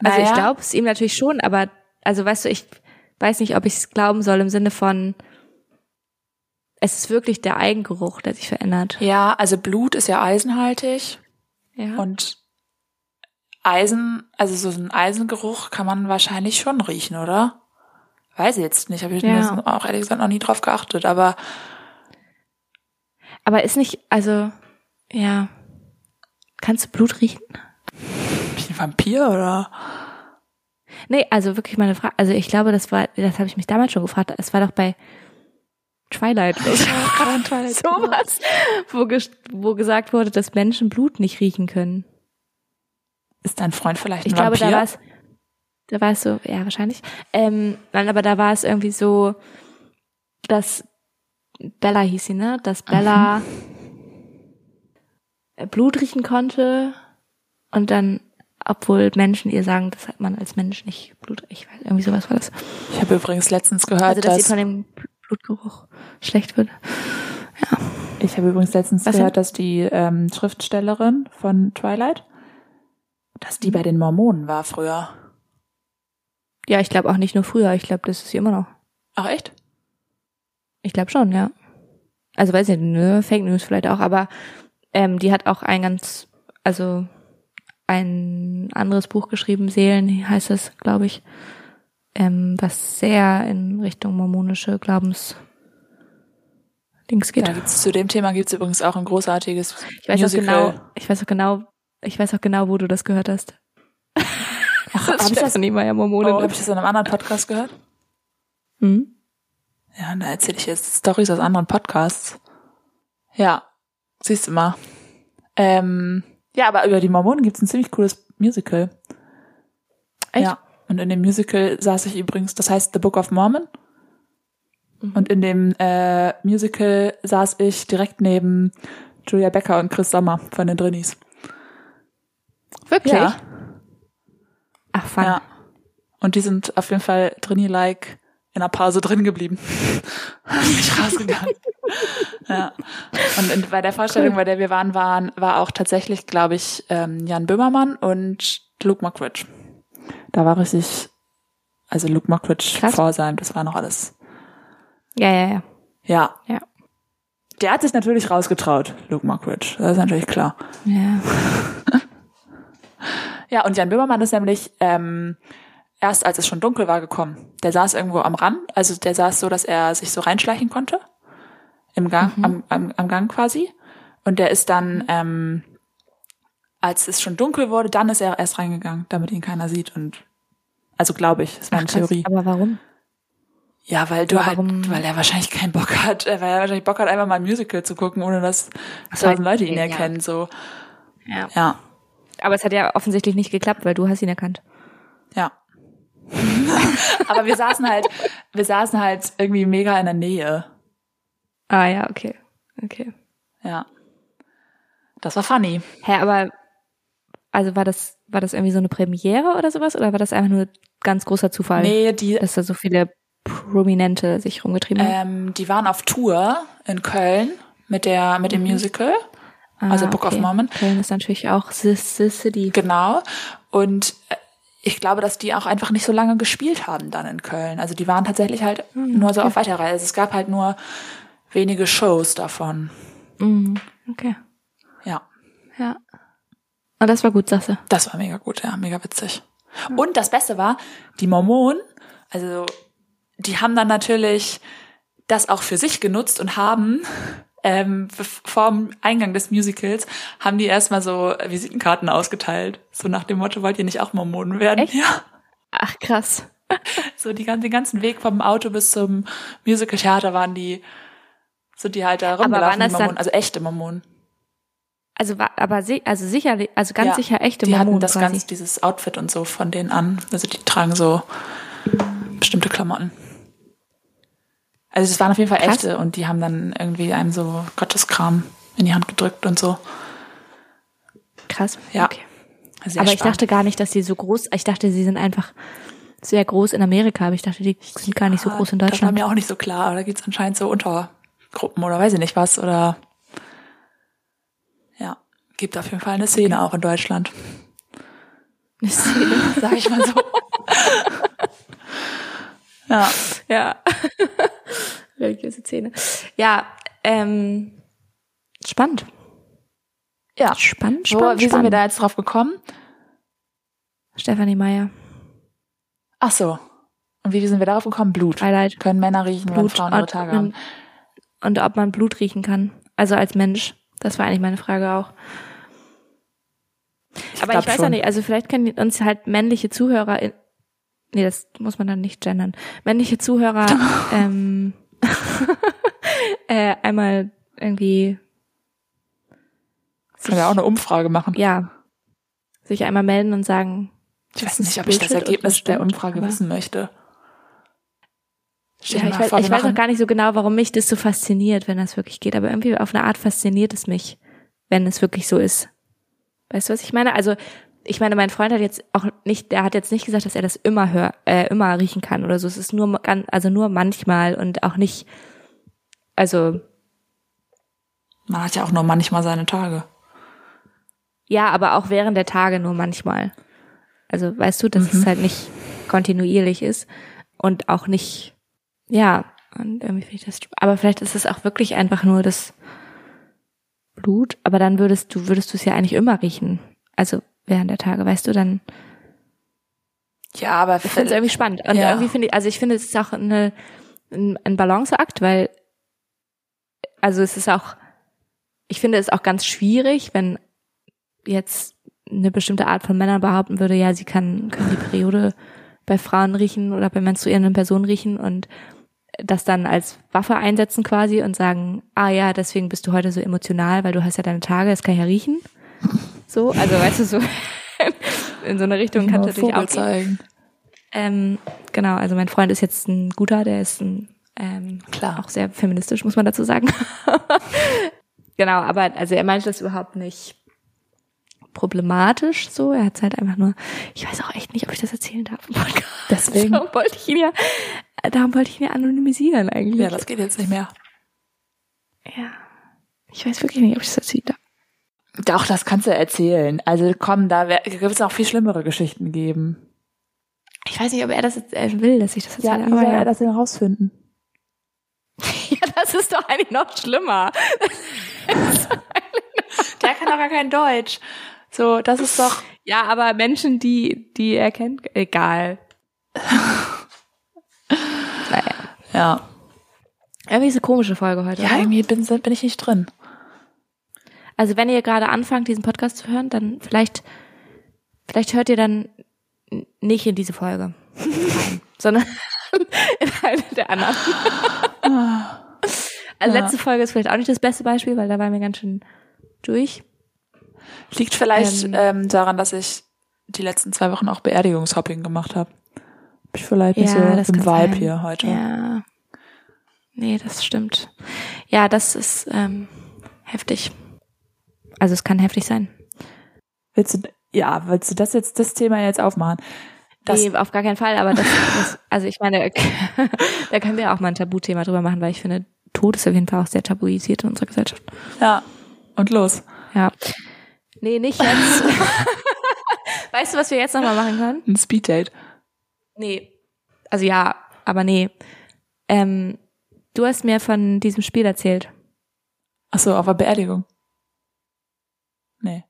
S2: Also
S1: Naja.
S2: ich glaube es ihm natürlich schon, aber also weißt du, ich weiß nicht, ob ich es glauben soll im Sinne von, es ist wirklich der Eigengeruch, der sich verändert.
S1: Ja, also Blut ist ja eisenhaltig
S2: Ja.
S1: und Eisen, also so ein Eisengeruch kann man wahrscheinlich schon riechen, oder? Weiß ich jetzt nicht, habe ich
S2: Ja.
S1: mir das auch ehrlich gesagt noch nie drauf geachtet, aber
S2: aber ist nicht, also ja, kannst du Blut riechen?
S1: bin ich ein Vampir oder?
S2: Nee, also wirklich meine Frage, also ich glaube, das war, das habe ich mich damals schon gefragt, es war doch bei Twilight oder sowas, wo, ges wo gesagt wurde, dass Menschen Blut nicht riechen können.
S1: Ist dein Freund vielleicht ein
S2: Ich glaube,
S1: Vampir?
S2: da war es, da war es so, ja, wahrscheinlich. Ähm, nein, aber da war es irgendwie so, dass Bella hieß sie, ne? Dass Bella Blut riechen konnte und dann, obwohl Menschen ihr sagen, das hat man als Mensch nicht Blut, ich weiß, irgendwie sowas war das.
S1: ich habe übrigens letztens gehört,
S2: Also, dass sie
S1: dass,
S2: von dem Blutgeruch schlecht wird.
S1: ich habe übrigens letztens
S2: Was
S1: gehört, dass die ähm, Schriftstellerin von Twilight, dass die bei den Mormonen war früher.
S2: Ja, ich glaube auch nicht nur früher, ich glaube, das ist sie immer noch.
S1: Ach echt?
S2: Ich glaube schon, ja. Also weiß ich nicht, ne, Fake News vielleicht auch, aber ähm, die hat auch ein ganz, also ein anderes Buch geschrieben, Seelen heißt es, glaube ich, ähm, was sehr in Richtung mormonische Glaubens Dings geht.
S1: Da gibt's, zu dem Thema gibt's übrigens auch ein großartiges
S2: ich weiß
S1: Musical.
S2: auch genau, ich weiß auch genau, ich weiß auch genau, wo du das gehört hast.
S1: Ach,
S2: Das
S1: hab ich das,
S2: nicht mal ja Mormonen.
S1: oh, hab ich das in einem anderen Podcast gehört?
S2: hm?
S1: Ja, da erzähle ich jetzt Stories aus anderen Podcasts. Ja, siehst du mal. Ähm, ja, aber über die Mormonen gibt's ein ziemlich cooles Musical.
S2: Echt?
S1: Ja. Und in dem Musical saß ich übrigens, das heißt The Book of Mormon. Und in dem äh, Musical saß ich direkt neben Julia Becker und Chris Sommer von den Drinnies.
S2: Wirklich?
S1: Ja.
S2: Ach, fun.
S1: Ja. Und die sind auf jeden Fall Drini-like in der Pause drin geblieben. Nicht rausgegangen. ja. Und in, bei der Vorstellung, bei der wir waren, waren war auch tatsächlich, glaube ich, ähm, Jan Böhmermann und Luke Mockridge. Da war richtig, also Luke Mockridge
S2: Krass.
S1: vor seinem, das war noch alles.
S2: Ja, ja, ja.
S1: Ja.
S2: Ja.
S1: Der hat sich natürlich rausgetraut, Luke Mockridge. Das ist natürlich klar.
S2: ja.
S1: Ja, und Jan Böhmermann ist nämlich ähm, erst, als es schon dunkel war, gekommen. Der saß irgendwo am Rand, also der saß so, dass er sich so reinschleichen konnte. Im
S2: Mhm.
S1: Gang, am, am, am Gang quasi. Und der ist dann, ähm, als es schon dunkel wurde, dann ist er erst reingegangen, damit ihn keiner sieht. Und also glaube ich, ist meine
S2: Krass,
S1: Theorie.
S2: Aber warum?
S1: Ja, weil du halt,
S2: Warum-
S1: weil er wahrscheinlich keinen Bock hat, äh, weil er wahrscheinlich Bock hat, einfach mal ein Musical zu gucken, ohne dass
S2: so,
S1: tausend Leute ihn
S2: ja.
S1: erkennen. So,
S2: Ja.
S1: ja,
S2: Aber es hat ja offensichtlich nicht geklappt, weil du hast ihn erkannt.
S1: Ja. Aber wir saßen halt, wir saßen halt irgendwie mega in der Nähe.
S2: Ah ja, okay. Okay.
S1: Ja. Das war funny.
S2: Hä, aber also war das war das irgendwie so eine Premiere oder sowas oder war das einfach nur ganz großer Zufall,
S1: Nee, die,
S2: dass da so viele Pr- Prominente sich rumgetrieben haben?
S1: Ähm, die waren auf Tour in Köln mit der mit dem Musical, also
S2: Ah,
S1: Book
S2: okay.
S1: of Mormon.
S2: Köln ist natürlich auch the, the City.
S1: Genau. Und äh, ich glaube, dass die auch einfach nicht so lange gespielt haben dann in Köln. Also die waren tatsächlich halt nur so auf Weiterreise. Also es gab halt nur wenige Shows davon.
S2: mhm. Okay.
S1: Ja,
S2: Ja. Und das war gut, sagst du.
S1: das war mega gut, ja, mega witzig. Und das Beste war, die Mormonen, also die haben dann natürlich das auch für sich genutzt und haben ähm, bev- vorm Eingang des Musicals haben die erstmal so Visitenkarten ausgeteilt. So nach dem Motto, wollt ihr nicht auch Mormonen werden?
S2: Echt?
S1: Ja.
S2: Ach, krass.
S1: So die, gan- den ganzen Weg vom Auto bis zum Musical-Theater waren die, sind die halt da rumgelaufen,
S2: waren das
S1: die Mormonen,
S2: dann-
S1: also echte Mormonen.
S2: Also, war- aber si also sicherlich, also ganz
S1: Ja,
S2: sicher echte
S1: Die hatten
S2: Mormonen
S1: das
S2: quasi.
S1: ganze, dieses Outfit und so von denen an. Also die tragen so bestimmte Klamotten. Also es waren auf jeden Fall
S2: Krass.
S1: echte und die haben dann irgendwie einem so Gotteskram in die Hand gedrückt und so.
S2: Krass.
S1: Ja.
S2: Okay.
S1: Also Sehr
S2: Aber ich
S1: spannend.
S2: dachte gar nicht, dass die so groß, ich dachte, sie sind einfach sehr groß in Amerika, aber ich dachte, die sind gar nicht so groß in
S1: Ah, Das war
S2: Deutschland.
S1: mir auch nicht so klar. Aber da gibt's anscheinend so Untergruppen oder weiß ich nicht was. Oder ja, gibt auf jeden Fall eine Szene auch in Deutschland. sag ich mal so. ja.
S2: ja. Religiöse Szene. Ja, ähm, spannend.
S1: Ja.
S2: Spannend, spannend,
S1: Wo, wie
S2: spannend.
S1: sind wir da jetzt drauf gekommen?
S2: Stefanie Meyer.
S1: Ach so. Und wie sind wir darauf gekommen? Blut.
S2: Twilight.
S1: Können Männer riechen, wenn Frauen ihre
S2: ob
S1: Tage
S2: man-
S1: haben?
S2: und ob man Blut riechen kann. Also als Mensch. Das war eigentlich meine Frage auch. Aber
S1: glaub
S2: ich weiß ja
S1: schon.
S2: nicht, also vielleicht können uns halt männliche Zuhörer, in, nee, das muss man dann nicht gendern, männliche Zuhörer ähm, äh, einmal irgendwie,
S1: Können wir auch eine Umfrage machen?
S2: ja, sich einmal melden und sagen,
S1: Ich weiß
S2: das ist
S1: nicht, ob ich das
S2: Bullshit und
S1: Ergebnis der
S2: stimmt,
S1: Umfrage
S2: aber-
S1: wissen möchte. Stell
S2: Ja,
S1: dir
S2: ich
S1: mal
S2: weiß,
S1: vor, wir
S2: ich weiß
S1: machen-
S2: auch gar nicht so genau, warum mich das so fasziniert, wenn das wirklich geht. Aber irgendwie auf eine Art fasziniert es mich, wenn es wirklich so ist. Weißt du, was ich meine? Also, ich meine, mein Freund hat jetzt auch nicht, der hat jetzt nicht gesagt, dass er das immer hör, äh, immer riechen kann oder so. Es ist nur, gan- also nur manchmal und auch nicht, also,
S1: Man hat ja auch nur manchmal seine Tage.
S2: ja, aber auch während der Tage nur manchmal. Also, weißt du, dass es halt nicht kontinuierlich ist und auch nicht, ja, und irgendwie finde ich das, aber vielleicht ist es auch wirklich einfach nur das Blut, aber dann würdest du, würdest du es ja eigentlich immer riechen. Also, während der Tage, weißt du, dann,
S1: Ja, aber
S2: ich finde es irgendwie spannend. Und
S1: Ja.
S2: irgendwie finde ich, also ich finde, es ist auch eine, ein, ein Balanceakt, weil, also es ist auch, ich finde es auch ganz schwierig, wenn jetzt eine bestimmte Art von Männern behaupten würde, ja, sie kann, kann die Periode bei Frauen riechen oder bei menstruierenden Personen riechen und das dann als Waffe einsetzen quasi und sagen, ah ja, deswegen bist du heute so emotional, weil du hast ja deine Tage, das kann ich ja riechen. So, also weißt du, so in so eine Richtung kann es natürlich auch gehen.
S1: zeigen.
S2: Ähm, genau, also mein Freund ist jetzt ein guter, der ist ein, ähm,
S1: Klar.
S2: auch sehr feministisch, muss man dazu sagen. genau, aber also er meinte das überhaupt nicht problematisch so. Er hat es halt einfach nur, ich weiß auch echt nicht, ob ich das erzählen darf im Podcast.
S1: Deswegen.
S2: Darum wollte ich ihn ja, äh, darum wollte ich ihn ja anonymisieren eigentlich.
S1: Ja, das geht jetzt nicht mehr.
S2: ja. Ich weiß wirklich nicht, ob ich das erzählen darf.
S1: Doch, das kannst du erzählen. Also komm, da wird es auch viel schlimmere Geschichten geben.
S2: Ich weiß nicht, ob er das jetzt, äh, will, dass ich das erzähle. aber ja.
S1: das denn rausfinden?
S2: ja, das ist doch eigentlich noch schlimmer.
S1: Der kann doch gar kein Deutsch. So, das ist doch.
S2: Ja, aber Menschen, die, die er kennt, egal.
S1: Ja.
S2: Irgendwie ist eine komische Folge heute.
S1: Ja,
S2: oder?
S1: irgendwie bin, bin ich nicht drin.
S2: Also wenn ihr gerade anfangt, diesen Podcast zu hören, dann vielleicht, vielleicht hört ihr dann n- nicht in diese Folge, rein, sondern in eine der anderen. also
S1: Ah. Ja.
S2: letzte Folge ist vielleicht auch nicht das beste Beispiel, weil da waren wir ganz schön durch.
S1: Liegt vielleicht
S2: Ähm.
S1: ähm, daran, dass ich die letzten zwei Wochen auch Beerdigungshopping gemacht habe. Bin ich vielleicht nicht
S2: Ja, das
S1: so im
S2: kann
S1: Vibe
S2: sein.
S1: hier heute.
S2: Ja. Nee, das stimmt. Ja, das ist ähm, heftig. Also es kann heftig sein.
S1: Willst du, ja, willst du das jetzt, das Thema jetzt aufmachen? Das-
S2: nee, auf gar keinen Fall, aber das, das also ich meine, da können wir auch mal ein Tabuthema drüber machen, weil ich finde, Tod ist auf jeden Fall auch sehr tabuisiert in unserer Gesellschaft.
S1: Ja. Und los.
S2: Ja. Nee, nicht jetzt. weißt du, was wir jetzt nochmal machen können?
S1: Ein Speeddate.
S2: Nee. Also ja, aber nee. Ähm, du hast mir von diesem Spiel erzählt.
S1: Ach so, auf der Beerdigung. Nee.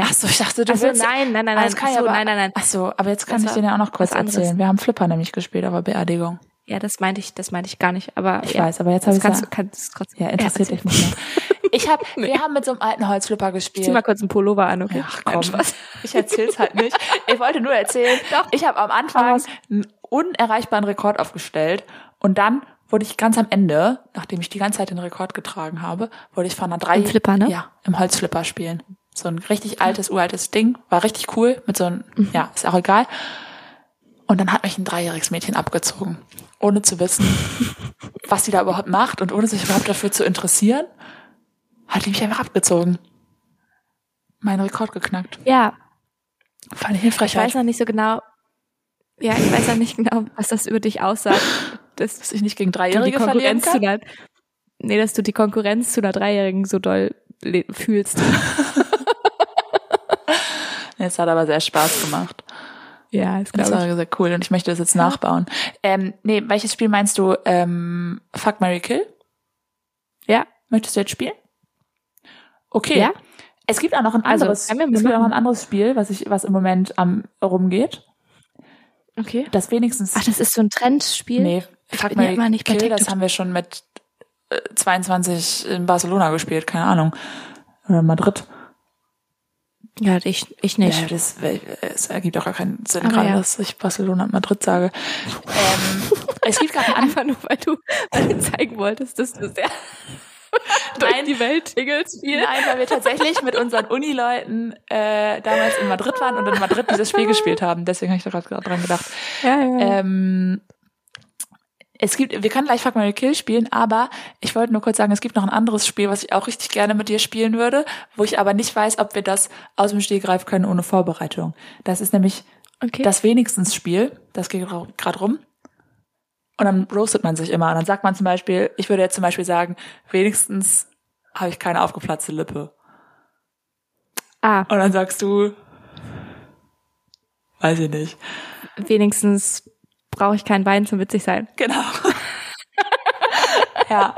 S1: Ach so, ich dachte, du
S2: Achso,
S1: willst...
S2: nein, nein, nein,
S1: Ah,
S2: nein.
S1: das kann ich
S2: Achso,
S1: aber-
S2: nein, nein, nein.
S1: Ach so, aber jetzt kann
S2: Das
S1: ich
S2: war
S1: dir ja auch noch kurz
S2: was anderes.
S1: erzählen. Wir haben Flipper nämlich gespielt auf der Beerdigung.
S2: Ja, das meinte ich, das meinte ich gar nicht. Aber
S1: Ich
S2: ja,
S1: weiß, aber jetzt habe
S2: das
S1: ich
S2: kannst
S1: ja,
S2: du, kannst du trotzdem.
S1: ja, interessiert dich nicht mehr. Ich hab, wir haben mit so einem alten Holzflipper
S2: Ich zieh
S1: gespielt.
S2: mal kurz einen Pullover an, okay?
S1: Ach,
S2: Nein,
S1: komm.
S2: Spaß.
S1: Ich erzähl's halt nicht. Ich wollte nur erzählen. Doch. Ich habe am Anfang einen unerreichbaren Rekord aufgestellt und dann wurde ich ganz am Ende, nachdem ich die ganze Zeit den Rekord getragen habe, wurde ich von einer drei
S2: Im Flipper, ne? Ah.
S1: Ja, im Holzflipper spielen. So ein richtig altes, uraltes Ding, war richtig cool mit so einem,
S2: Mhm.
S1: ja, ist auch egal. Und dann hat mich ein dreijähriges Mädchen abgezogen, ohne zu wissen, was sie da überhaupt macht und ohne sich überhaupt dafür zu interessieren, hat die mich einfach abgezogen. Meinen Rekord geknackt.
S2: Ja,
S1: Fand ich eine
S2: ich weiß
S1: Frechheit,
S2: noch nicht so genau. Ja, ich weiß noch nicht genau, was das über dich aussagt. Das
S1: dass ich nicht gegen
S2: du die
S1: Dreijährige verlieren
S2: Konkurrenz zu
S1: kann.
S2: einer, nee, dass du die Konkurrenz zu einer Dreijährigen so doll le- fühlst.
S1: Es hat aber sehr Spaß gemacht.
S2: Ja, das
S1: Das
S2: glaube
S1: war
S2: ich.
S1: sehr cool und ich möchte das jetzt nachbauen. Ähm, nee, welches Spiel meinst du? Ähm, Fuck, Mary Kill?
S2: Ja.
S1: Möchtest du jetzt spielen? Okay.
S2: Ja.
S1: Es gibt auch noch ein
S2: Also,
S1: anderes,
S2: können wir mal
S1: es gibt auch noch
S2: machen.
S1: ein anderes Spiel, was ich, was im Moment am rumgeht.
S2: Okay.
S1: Das wenigstens.
S2: Ach, das ist so ein Trendspiel?
S1: nee, Fuck,
S2: bin ja
S1: Mary
S2: immer nicht bei
S1: Kill, das
S2: TikTok.
S1: haben wir schon mit äh, 22 in Barcelona gespielt, keine Ahnung. Oder Madrid.
S2: Ja, ich, ich nicht.
S1: Ja, das, wär- es ergibt auch gar keinen Sinn,
S2: Aber
S1: gerade,
S2: ja.
S1: dass ich Barcelona und Madrid sage. Ähm, es gibt gerade einen
S2: Einfach nur, weil du, weil du zeigen wolltest, dass du sehr durch die Welt tingelst.
S1: Spiel ein, weil wir tatsächlich mit unseren Uni-Leuten äh, damals in Madrid waren und in Madrid dieses Spiel gespielt haben. Deswegen habe ich da gerade grad dran gedacht.
S2: Ja, ja.
S1: Ähm, es gibt, wir können gleich Fuck Mary Kill spielen, aber ich wollte nur kurz sagen, es gibt noch ein anderes Spiel, was ich auch richtig gerne mit dir spielen würde, wo ich aber nicht weiß, ob wir das aus dem Stegreif können ohne Vorbereitung. Das ist nämlich
S2: okay.
S1: das wenigstens Spiel, das geht gerade rum. Und dann roastet man sich immer. Und dann sagt man zum Beispiel, ich würde jetzt zum Beispiel sagen, wenigstens habe ich keine aufgeplatzte Lippe.
S2: ah,
S1: Und dann sagst du, weiß ich nicht.
S2: wenigstens brauche ich keinen Wein zum witzig sein.
S1: Genau. ja.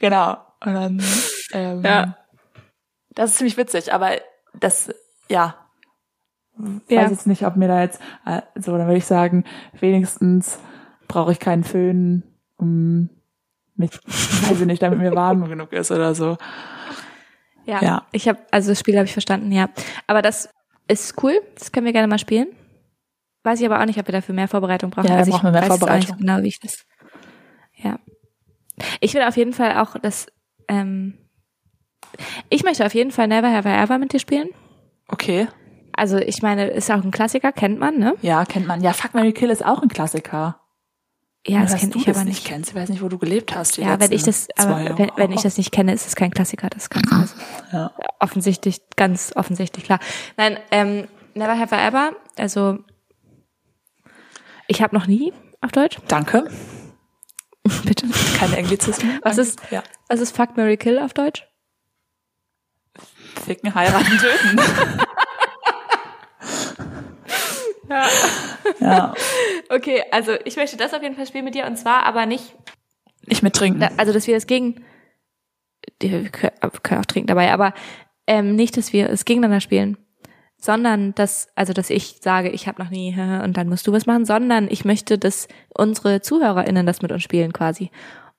S1: Genau. Und dann, ähm,
S2: Ja.
S1: das ist ziemlich witzig, aber das, ja,
S2: Ja.
S1: weiß jetzt nicht, ob mir da jetzt, äh, so, dann würde ich sagen, wenigstens brauche ich keinen Föhn, um mich, weiß ich nicht, damit mir warm genug ist oder so.
S2: ja.
S1: ja.
S2: Ich habe also das Spiel habe ich verstanden, ja. Aber das ist cool. Das können wir gerne mal spielen. Weiß ich aber auch nicht, ob wir dafür mehr Vorbereitung brauchen.
S1: Ja, da
S2: also
S1: brauchen wir
S2: ich
S1: mehr
S2: weiß jetzt auch nicht so
S1: Vorbereitung.
S2: Genau, wie ich das. Ja. Ich will auf jeden Fall auch das. Ähm, ich möchte auf jeden Fall Never Have I Ever mit dir spielen.
S1: Okay.
S2: Also ich meine, ist auch ein Klassiker, kennt man, ne?
S1: Ja, kennt man. Ja, Fuck Mary Kill ist auch ein Klassiker.
S2: Ja, das
S1: Dass
S2: kenne
S1: du
S2: ich
S1: das
S2: aber nicht.
S1: kennst. Ich weiß nicht, wo du gelebt hast. Die
S2: Ja, wenn
S1: letzten
S2: ich das,
S1: zwei
S2: aber
S1: Jahre.
S2: wenn, wenn ich das nicht kenne, ist es kein Klassiker. Das kann also
S1: Ja.
S2: offensichtlich, ganz offensichtlich klar. Nein, ähm, Never Have I Ever. Also ich habe noch nie auf Deutsch.
S1: Danke.
S2: Bitte.
S1: Keine Englizismen.
S2: Was
S1: Danke.
S2: ist-
S1: Ja.
S2: Was ist Fuck Mary Kill auf Deutsch?
S1: Ficken, heiraten, töten.
S2: Ja.
S1: ja.
S2: Okay, also ich möchte das auf jeden Fall spielen mit dir und zwar aber nicht,
S1: Nicht mit trinken.
S2: da, also dass wir das gegen, wir können können auch trinken dabei, aber ähm, nicht, dass wir es gegeneinander spielen, sondern dass, also dass ich sage, ich habe noch nie und dann musst du was machen, sondern ich möchte, dass unsere ZuhörerInnen das mit uns spielen quasi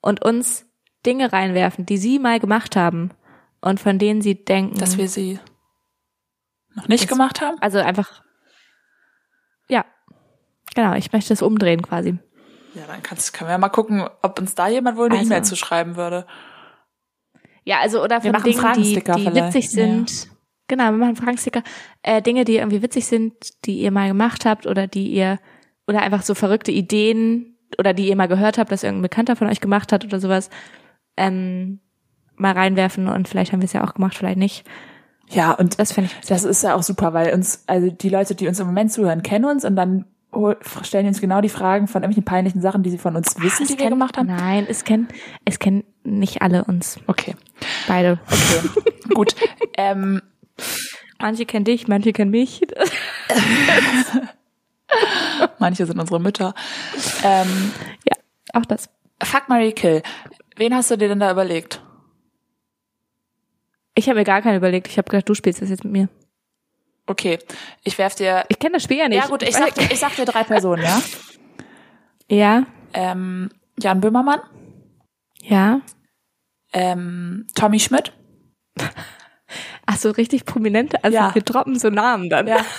S2: und uns Dinge reinwerfen, die sie mal gemacht haben und von denen sie denken,
S1: Dass wir sie noch nicht
S2: Das-
S1: gemacht haben.
S2: also einfach, ja, genau, ich möchte es umdrehen quasi.
S1: Ja, dann kannst, können wir ja mal gucken, ob uns da jemand wohl eine
S2: Also.
S1: E-Mail zu schreiben würde.
S2: Ja, also oder
S1: Wir
S2: von
S1: machen
S2: Dingen, die,
S1: Fragensticker
S2: die
S1: vielleicht.
S2: witzig sind. Genau, wir machen Fragensticker. Äh, Dinge, die irgendwie witzig sind, die ihr mal gemacht habt oder die ihr oder einfach so verrückte Ideen oder die ihr mal gehört habt, dass irgendein Bekannter von euch gemacht hat oder sowas, ähm, mal reinwerfen und vielleicht haben wir es ja auch gemacht, vielleicht nicht.
S1: Ja, und
S2: Das finde ich.
S1: das ist ja auch super, weil uns, also die Leute, die uns im Moment zuhören, kennen uns und dann hol- stellen uns genau die Fragen von irgendwelchen peinlichen Sachen, die sie von uns wissen,
S2: es
S1: Ah, die wir
S2: kennt-
S1: gemacht haben.
S2: Nein, es kennen, es kennen nicht alle uns
S1: Okay,
S2: beide.
S1: gut. ähm,
S2: Manche kennen dich, manche kennen mich.
S1: manche sind unsere Mütter. Ähm,
S2: Auch das.
S1: fuck Mary Kill. Wen hast du dir denn da überlegt?
S2: Ich habe mir gar keinen überlegt. Ich habe gedacht, du spielst das jetzt mit mir.
S1: Okay, ich werf dir.
S2: Ich kenne das Spiel ja nicht.
S1: Ja gut, ich sag, dir- ich sag dir drei Personen, ja.
S2: Ja,
S1: Ähm, Jan Böhmermann,
S2: ja.
S1: ähm, Tommy Schmidt.
S2: Ach so, richtig prominente. Also
S1: Ja.
S2: wir droppen so Namen dann.
S1: Ja.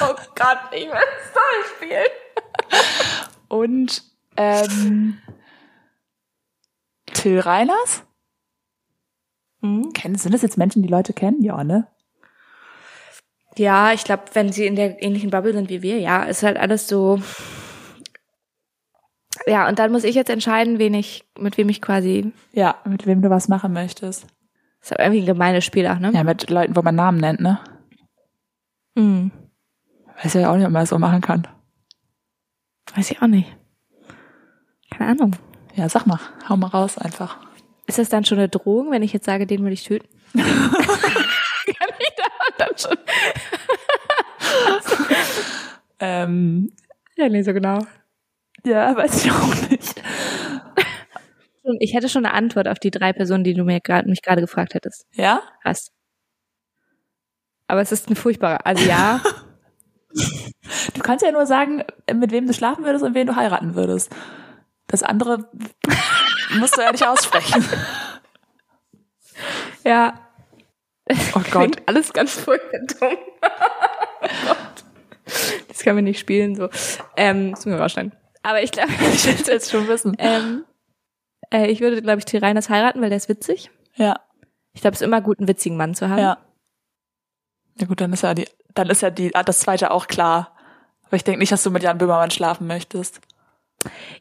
S2: Oh Gott, ich will das spielen.
S1: Und ähm, Till Reiners?
S2: Mhm.
S1: Kennen, sind das jetzt Menschen, die Leute kennen? Ja, ne?
S2: Ja, ich glaube, wenn sie in der ähnlichen Bubble sind wie wir, ja, ist halt alles so. Ja, und dann muss ich jetzt entscheiden, wen ich, mit wem ich quasi.
S1: Ja, mit wem du was machen möchtest.
S2: Das ist aber irgendwie ein gemeines Spiel auch, ne?
S1: Ja, mit Leuten, wo man Namen nennt, ne?
S2: Hm.
S1: Weiß ja auch nicht, ob man das so machen kann.
S2: Weiß ich auch nicht. Keine Ahnung.
S1: Ja, sag mal, hau mal raus einfach.
S2: Ist das dann schon eine Drohung, wenn ich jetzt sage, den will ich töten? Kann ich da dann schon?
S1: Ähm,
S2: Ja, nee, so genau.
S1: ja, weiß ich auch nicht.
S2: Und Ich hätte schon eine Antwort auf die drei Personen, die du mir gerade mich gerade gefragt hättest.
S1: Ja?
S2: Krass. Aber es ist ein furchtbarer. Also ja,
S1: Du kannst ja nur sagen, mit wem du schlafen würdest und wen du heiraten würdest. Das andere musst du ja nicht aussprechen.
S2: ja.
S1: Oh Gott.
S2: Klingt alles ganz furchtbar dumm. oh Gott. Das können wir nicht spielen so. Ähm, das müssen wir rausschneiden. Aber ich glaube, ich
S1: Ich will
S2: würde,
S1: jetzt schon wissen.
S2: ähm, äh, ich würde, glaube ich, Till Reiners heiraten, weil der ist witzig.
S1: Ja,
S2: Ich glaube, es ist immer gut, einen witzigen Mann zu haben.
S1: ja. Ja gut, dann ist ja die, dann ist ja die, ah, das zweite auch klar. Aber ich denke nicht, dass du mit Jan Böhmermann schlafen möchtest.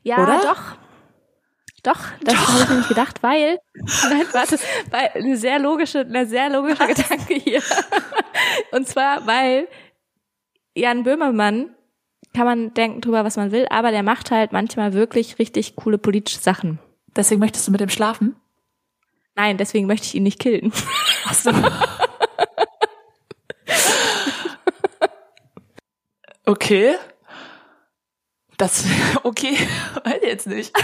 S2: Ja,
S1: Oder?
S2: doch. Doch, das habe ich nämlich gedacht, weil, nein, warte, weil, eine sehr logische, eine sehr logische Gedanke hier. Und zwar, weil Jan Böhmermann kann man denken drüber, was man will, aber der macht halt manchmal wirklich richtig coole politische Sachen.
S1: Deswegen möchtest du mit ihm schlafen?
S2: Nein, deswegen möchte ich ihn nicht killen.
S1: Ach so. okay. Das, okay, weiß ich jetzt nicht.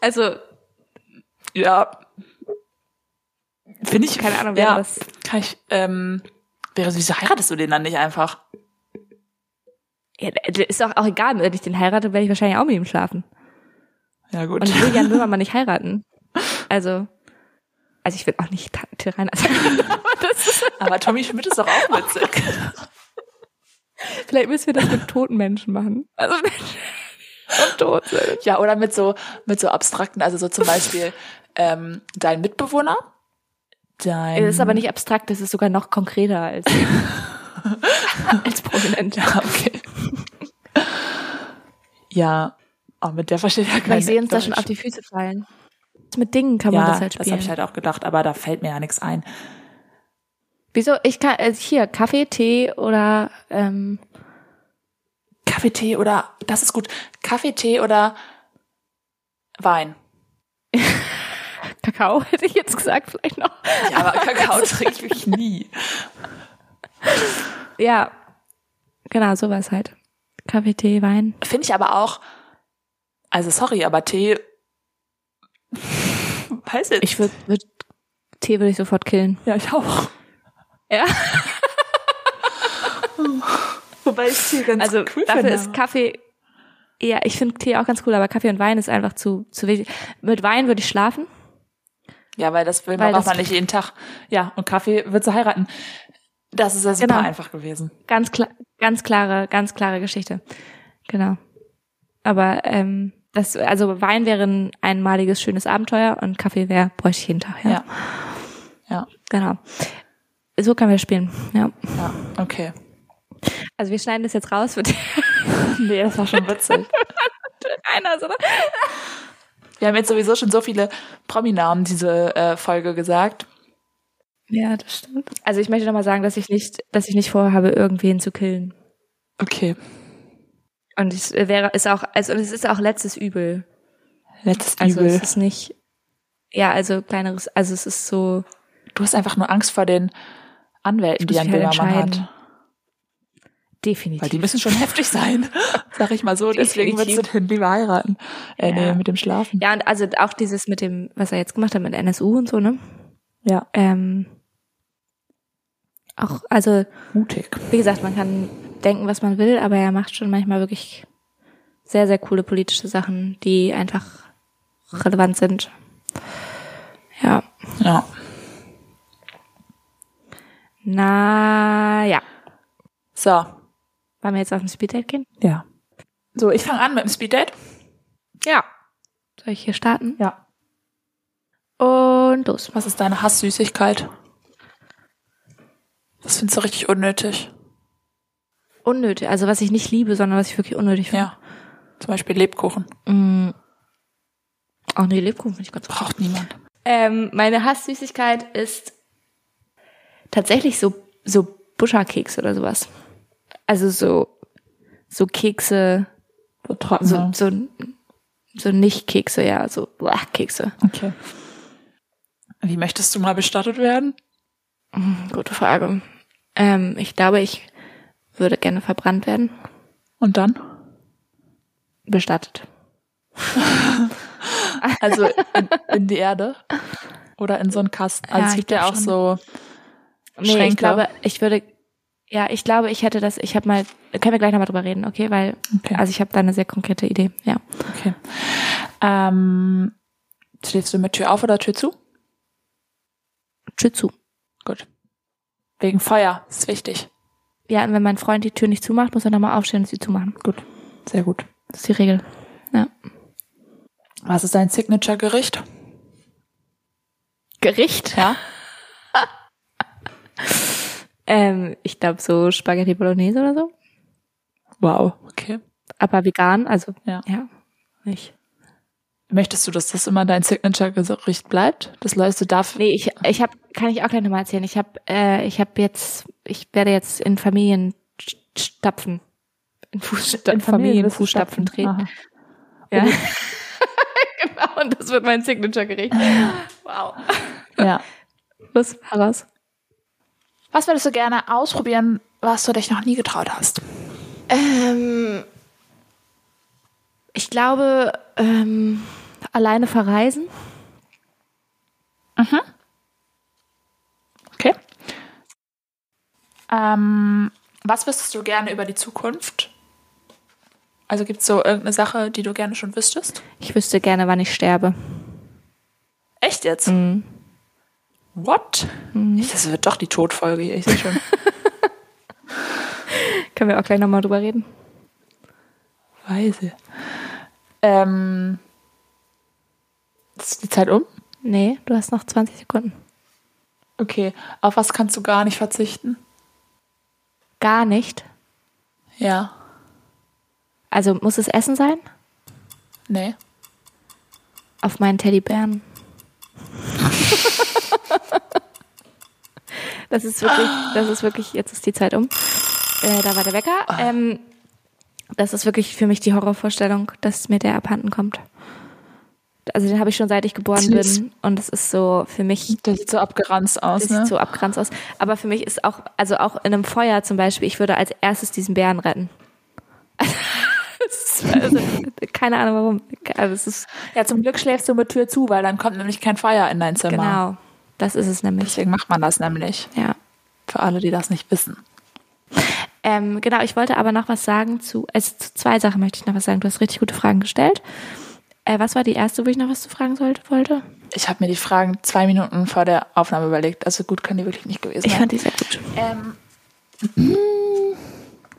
S2: Also,
S1: Ja. Finde ich,
S2: keine Ahnung, wer
S1: ja,
S2: das.
S1: kann ich, ähm, wäre so, wieso heiratest du den dann nicht einfach?
S2: Ja, ist doch auch egal, wenn ich den heirate, werde ich wahrscheinlich auch mit ihm schlafen.
S1: Ja, gut.
S2: Und ich will Jan Böhmermann nicht heiraten. Also, also ich will auch nicht also Ta- Till Reiners heiraten.
S1: Aber Tommy Schmidt ist doch auch witzig.
S2: Vielleicht müssen wir das mit toten Menschen machen. Also Menschen, die tot sind.
S1: Ja, oder mit so, mit so abstrakten, also so zum Beispiel ähm, dein Mitbewohner. Dein
S2: Es ist aber nicht abstrakt, es ist sogar noch konkreter als, als prominent.
S1: Ja, okay. ja, oh, mit der versteht ja keiner.
S2: Weil ich sehe uns da schon
S1: Deutsch.
S2: auf die Füße fallen. Mit Dingen kann man
S1: ja,
S2: das halt
S1: das
S2: spielen.
S1: habe ich halt auch gedacht, aber da fällt mir ja nichts ein.
S2: Wieso? Ich kann also hier Kaffee, Tee oder ähm,
S1: Kaffee, Tee oder, das ist gut, Kaffee, Tee oder Wein.
S2: Kakao hätte ich jetzt gesagt vielleicht noch.
S1: Ja, aber Kakao trinke ich wirklich nie.
S2: Ja, genau sowas halt. Kaffee, Tee, Wein.
S1: Finde ich aber auch, also sorry, aber Tee, weiß jetzt.
S2: Ich würde würd, Tee würde ich sofort killen.
S1: ja, ich auch.
S2: Ja.
S1: Wobei ich Tee ganz
S2: Also
S1: cool
S2: dafür
S1: finde.
S2: ist Kaffee. Ja, ich finde Tee auch ganz cool, aber Kaffee und Wein ist einfach zu zu wichtig. Mit Wein würde ich schlafen.
S1: Ja, weil das will man
S2: Weil
S1: braucht
S2: das-
S1: man nicht jeden Tag. Ja, und Kaffee wird sie heiraten. Das ist ja super
S2: Genau.
S1: einfach gewesen.
S2: Ganz klar, ganz klare, ganz klare Geschichte. Genau. Aber ähm, das, also Wein wäre ein einmaliges schönes Abenteuer und Kaffee wäre bräuchte ich jeden Tag. Ja.
S1: Ja. Ja,
S2: Genau. So können wir spielen. Ja.
S1: ja, okay.
S2: Also wir schneiden das jetzt raus. Wird
S1: Nee, das war schon witzig.
S2: einer, oder?
S1: Wir haben jetzt sowieso schon so viele Prominamen diese äh, Folge gesagt.
S2: Ja, das stimmt. Also ich möchte nochmal sagen, dass ich nicht, dass ich nicht vorhabe, irgendwen zu killen.
S1: Okay.
S2: Und es wäre, ist auch, also und es ist auch letztes Übel.
S1: Letztes
S2: Also
S1: Übel.
S2: es ist nicht, ja, also kleineres, also es ist so,
S1: Du hast einfach nur Angst vor den Anwälten,
S2: Ich
S1: die
S2: muss
S1: ein
S2: mich halt
S1: Böhmermann
S2: entscheiden.
S1: hat. Weil
S2: definitiv.
S1: die müssen schon heftig sein. Sag ich mal so. Deswegen
S2: Definitiv.
S1: würdest du den lieber heiraten. Äh,
S2: Ja.
S1: nee, mit dem Schlafen.
S2: Ja, und also auch dieses mit dem, was er jetzt gemacht hat mit NSU und so, ne?
S1: Ja.
S2: Ähm, auch, also,
S1: Mutig.
S2: wie gesagt, man kann denken, was man will, aber er macht schon manchmal wirklich sehr, sehr coole politische Sachen, die einfach relevant sind. Ja.
S1: Ja.
S2: Na ja.
S1: So.
S2: Wollen wir jetzt auf dem Speeddate gehen?
S1: Ja. So, ich fange an mit dem Speeddate.
S2: Ja. Soll ich hier starten?
S1: Ja.
S2: Und los.
S1: Was ist deine Hasssüßigkeit? Das findest du richtig unnötig.
S2: Unnötig. Also was ich nicht liebe, sondern was ich wirklich unnötig finde.
S1: Ja. Zum Beispiel Lebkuchen.
S2: Mm. Auch nee, Lebkuchen finde ich ganz
S1: Braucht niemand.
S2: Ähm, meine Hasssüßigkeit ist tatsächlich so, so Butterkekse oder sowas. Also so, so Kekse,
S1: So trocken.
S2: so, so, so nicht Kekse, ja, so uah, Kekse.
S1: Okay. Wie möchtest du mal bestattet werden?
S2: Hm, Gute Frage. Ähm, ich glaube, ich würde gerne verbrannt werden.
S1: Und dann?
S2: Bestattet.
S1: Also in, in die Erde? Oder in so einen Kasten? Also
S2: Ja,
S1: es
S2: ich
S1: gibt ja
S2: glaub
S1: auch
S2: schon.
S1: so
S2: Nee,
S1: Schränke.
S2: ich glaube, ich würde, ja, ich glaube, ich hätte das, ich habe mal, können wir gleich nochmal drüber reden, okay? Weil,
S1: Okay.
S2: also ich habe da eine sehr konkrete Idee, ja.
S1: Okay. Ähm, schläfst du mit Tür auf oder Tür zu?
S2: Tschüss zu.
S1: Gut. Wegen Feuer, ist wichtig.
S2: Ja, und wenn mein Freund die Tür nicht zumacht, muss er nochmal aufstehen und sie zumachen.
S1: Gut, sehr gut.
S2: Das ist die Regel.
S1: Was ist dein Signature-Gericht?
S2: Gericht?
S1: Ja.
S2: Ähm, ich glaube so Spaghetti Bolognese oder so.
S1: Wow. Okay.
S2: Aber vegan, also
S1: Ja.
S2: ja nicht.
S1: Möchtest du, dass das immer dein Signature-Gericht bleibt? Das läufst du darf.
S2: Nee, ich, ich habe, kann ich auch gleich nochmal erzählen. Ich habe, äh, ich habe jetzt, ich werde jetzt in Familienstapfen, in, Fußsta in Familienfußstapfen treten.
S1: Aha.
S2: Ja. genau, und das wird mein Signature-Gericht. Wow.
S1: Ja.
S2: Was war das?
S1: Was würdest du gerne ausprobieren, was du dich noch nie getraut hast?
S2: Ähm, ich glaube, ähm, alleine verreisen.
S1: Okay. Ähm, was wüsstest du gerne über die Zukunft? Also gibt es so irgendeine Sache, die du gerne schon wüsstest?
S2: Ich wüsste gerne, wann ich sterbe.
S1: Echt jetzt?
S2: Hm.
S1: What? Das wird doch die Todfolge hier, ich sehe schon.
S2: Können wir auch gleich nochmal drüber reden?
S1: Weise. Ähm, ist die Zeit um?
S2: Nee, du hast noch 20 Sekunden.
S1: Okay. Auf was kannst du gar nicht verzichten?
S2: Gar nicht.
S1: Ja.
S2: Also muss es Essen sein?
S1: Nee.
S2: Auf meinen Teddybären. das ist wirklich, das ist wirklich, jetzt ist die Zeit um. Äh, da war der Wecker. Ähm, das ist wirklich für mich die Horrorvorstellung, dass mir der abhanden kommt. Also den habe ich schon seit ich geboren
S1: Süß.
S2: bin. Und es ist so für mich
S1: Das sieht so abgeranzt aus,
S2: Das
S1: ne?
S2: sieht so abgranzt aus. Aber für mich ist auch, also auch in einem Feuer zum Beispiel, ich würde als erstes diesen Bären retten. Das ist- also, keine Ahnung warum. Also es ist,
S1: ja, zum Glück schläfst du mit Tür zu, weil dann kommt nämlich kein Feuer in dein Zimmer.
S2: genau. Das ist es nämlich.
S1: Deswegen macht man das nämlich.
S2: Ja.
S1: Für alle, die das nicht wissen.
S2: Ähm, genau, ich wollte aber noch was sagen zu, also zu zwei Sachen möchte ich noch was sagen. Du hast richtig gute Fragen gestellt. Äh, was war die erste, wo ich noch was zu fragen sollte, wollte?
S1: Ich habe mir die Fragen zwei Minuten vor der Aufnahme überlegt. Also gut können die wirklich nicht gewesen
S2: Ich
S1: sein.
S2: fand die sehr gut.
S1: Ähm,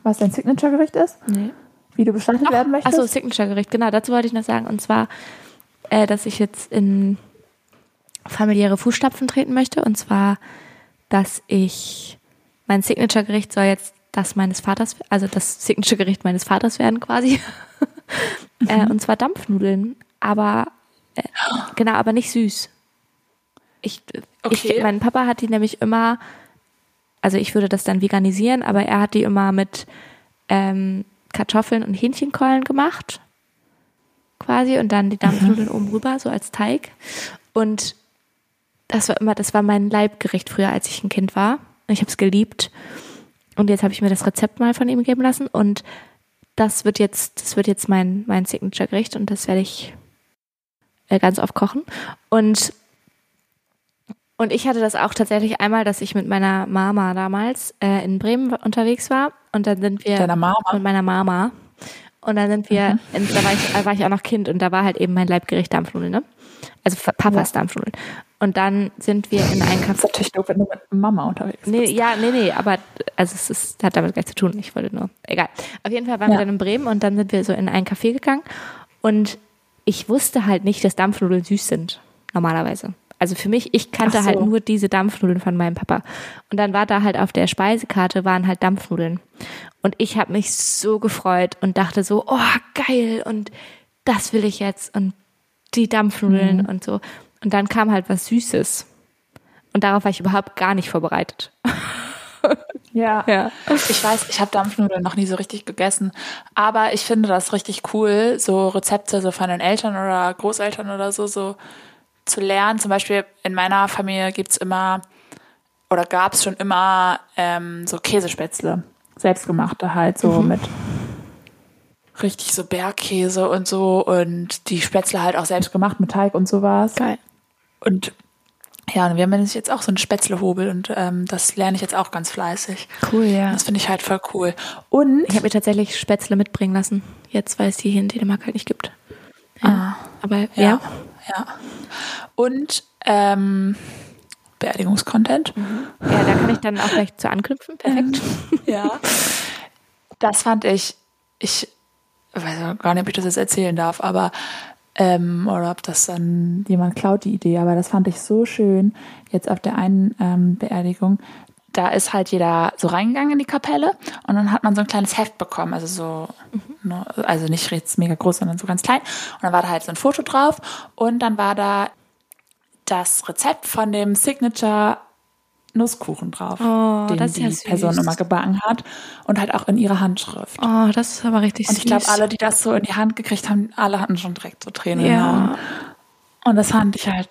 S1: was dein Signature-Gericht ist?
S2: Nee.
S1: Wie du bestattet werden möchtest?
S2: Achso, Signature-Gericht, genau, dazu wollte ich noch sagen. Und zwar, äh, dass ich jetzt in familiäre Fußstapfen treten möchte. Und zwar, dass ich mein Signature-Gericht soll jetzt das meines Vaters, also das Signature-Gericht meines Vaters werden quasi. äh, und zwar Dampfnudeln. Aber Genau, aber nicht süß. Ich, äh,
S1: Okay.
S2: ich, mein Papa hat die nämlich immer, also ich würde das dann veganisieren, aber er hat die immer mit ähm, Kartoffeln und Hähnchenkeulen gemacht. Quasi und dann die Dampfnudeln oben rüber, so als Teig. Und das war immer, das war mein Leibgericht früher, als ich ein Kind war. Und Ich habe es geliebt. Und jetzt habe ich mir das Rezept mal von ihm geben lassen und das wird jetzt, das wird jetzt mein, mein Signature-Gericht und das werde ich äh, ganz oft kochen. Und, und ich hatte das auch tatsächlich einmal, dass ich mit meiner Mama damals äh, in Bremen unterwegs war und dann sind wir
S1: Deiner Mama?
S2: mit meiner Mama und dann sind wir, in, da war ich, da war ich auch noch Kind und da war halt eben mein Leibgericht Dampfnudeln, ne? Also Papas Dampfnudeln. Und dann sind wir in einen
S1: Das
S2: Café.
S1: ist natürlich doof, wenn du mit Mama unterwegs bist.
S2: Nee, ja, nee, nee, aber also es ist, hat damit gar nichts zu tun. Ich wollte nur, egal. Auf jeden Fall waren wir
S1: Ja.
S2: dann in Bremen und dann sind wir so in einen Café gegangen und ich wusste halt nicht, dass Dampfnudeln süß sind, normalerweise. Also für mich, ich kannte
S1: Ach so.
S2: halt nur diese Dampfnudeln von meinem Papa. Und dann war da halt auf der Speisekarte waren halt Dampfnudeln. Und ich habe mich so gefreut und dachte so, oh geil und das will ich jetzt und die Dampfnudeln
S1: Mhm.
S2: und so. Und dann kam halt was Süßes. Und darauf war ich überhaupt gar nicht vorbereitet.
S1: Ja.
S2: Ja.
S1: Ich weiß, ich habe Dampfnudeln noch nie so richtig gegessen, aber ich finde das richtig cool, so Rezepte so von den Eltern oder Großeltern oder so, so zu lernen. Zum Beispiel in meiner Familie gibt's immer oder gab's schon immer ähm, so Käsespätzle, selbstgemachte halt, so
S2: Mhm.
S1: mit richtig so Bergkäse und so und die Spätzle halt auch selbst gemacht mit Teig und sowas.
S2: Geil.
S1: Und ja, und wir haben nämlich jetzt auch so einen Spätzlehobel und ähm, das lerne ich jetzt auch ganz fleißig.
S2: Cool, ja.
S1: Das finde ich halt voll cool. Und
S2: Ich habe mir tatsächlich Spätzle mitbringen lassen. Jetzt, weil es die hier in Dänemark halt nicht gibt. Ja. Aber Ah. ja.
S1: ja, ja. Und ähm, Beerdigungskontent.
S2: Ja, da kann ich dann auch gleich zu anknüpfen. Perfekt.
S1: Ja. Das fand ich, ich weiß auch gar nicht, ob ich das jetzt erzählen darf, aber ähm, oder ob das dann jemand klaut, die Idee, aber das fand ich so schön, jetzt auf der einen ähm, Beerdigung. Da ist halt jeder so reingegangen in die Kapelle und dann hat man so ein kleines Heft bekommen, also so,
S2: Mhm.
S1: ne, also nicht jetzt mega groß, sondern so ganz klein. Und dann war da halt so ein Foto drauf und dann war da das Rezept von dem Signature Nusskuchen drauf,
S2: Oh,
S1: den
S2: das ist
S1: die
S2: ja süß.
S1: Person immer gebacken hat und halt auch in ihrer Handschrift.
S2: Oh, das ist aber richtig
S1: Und ich glaube,
S2: süß.
S1: alle, die das so in die Hand gekriegt haben, alle hatten schon direkt so Tränen in den
S2: Ja.
S1: Augen. Und das fand ich halt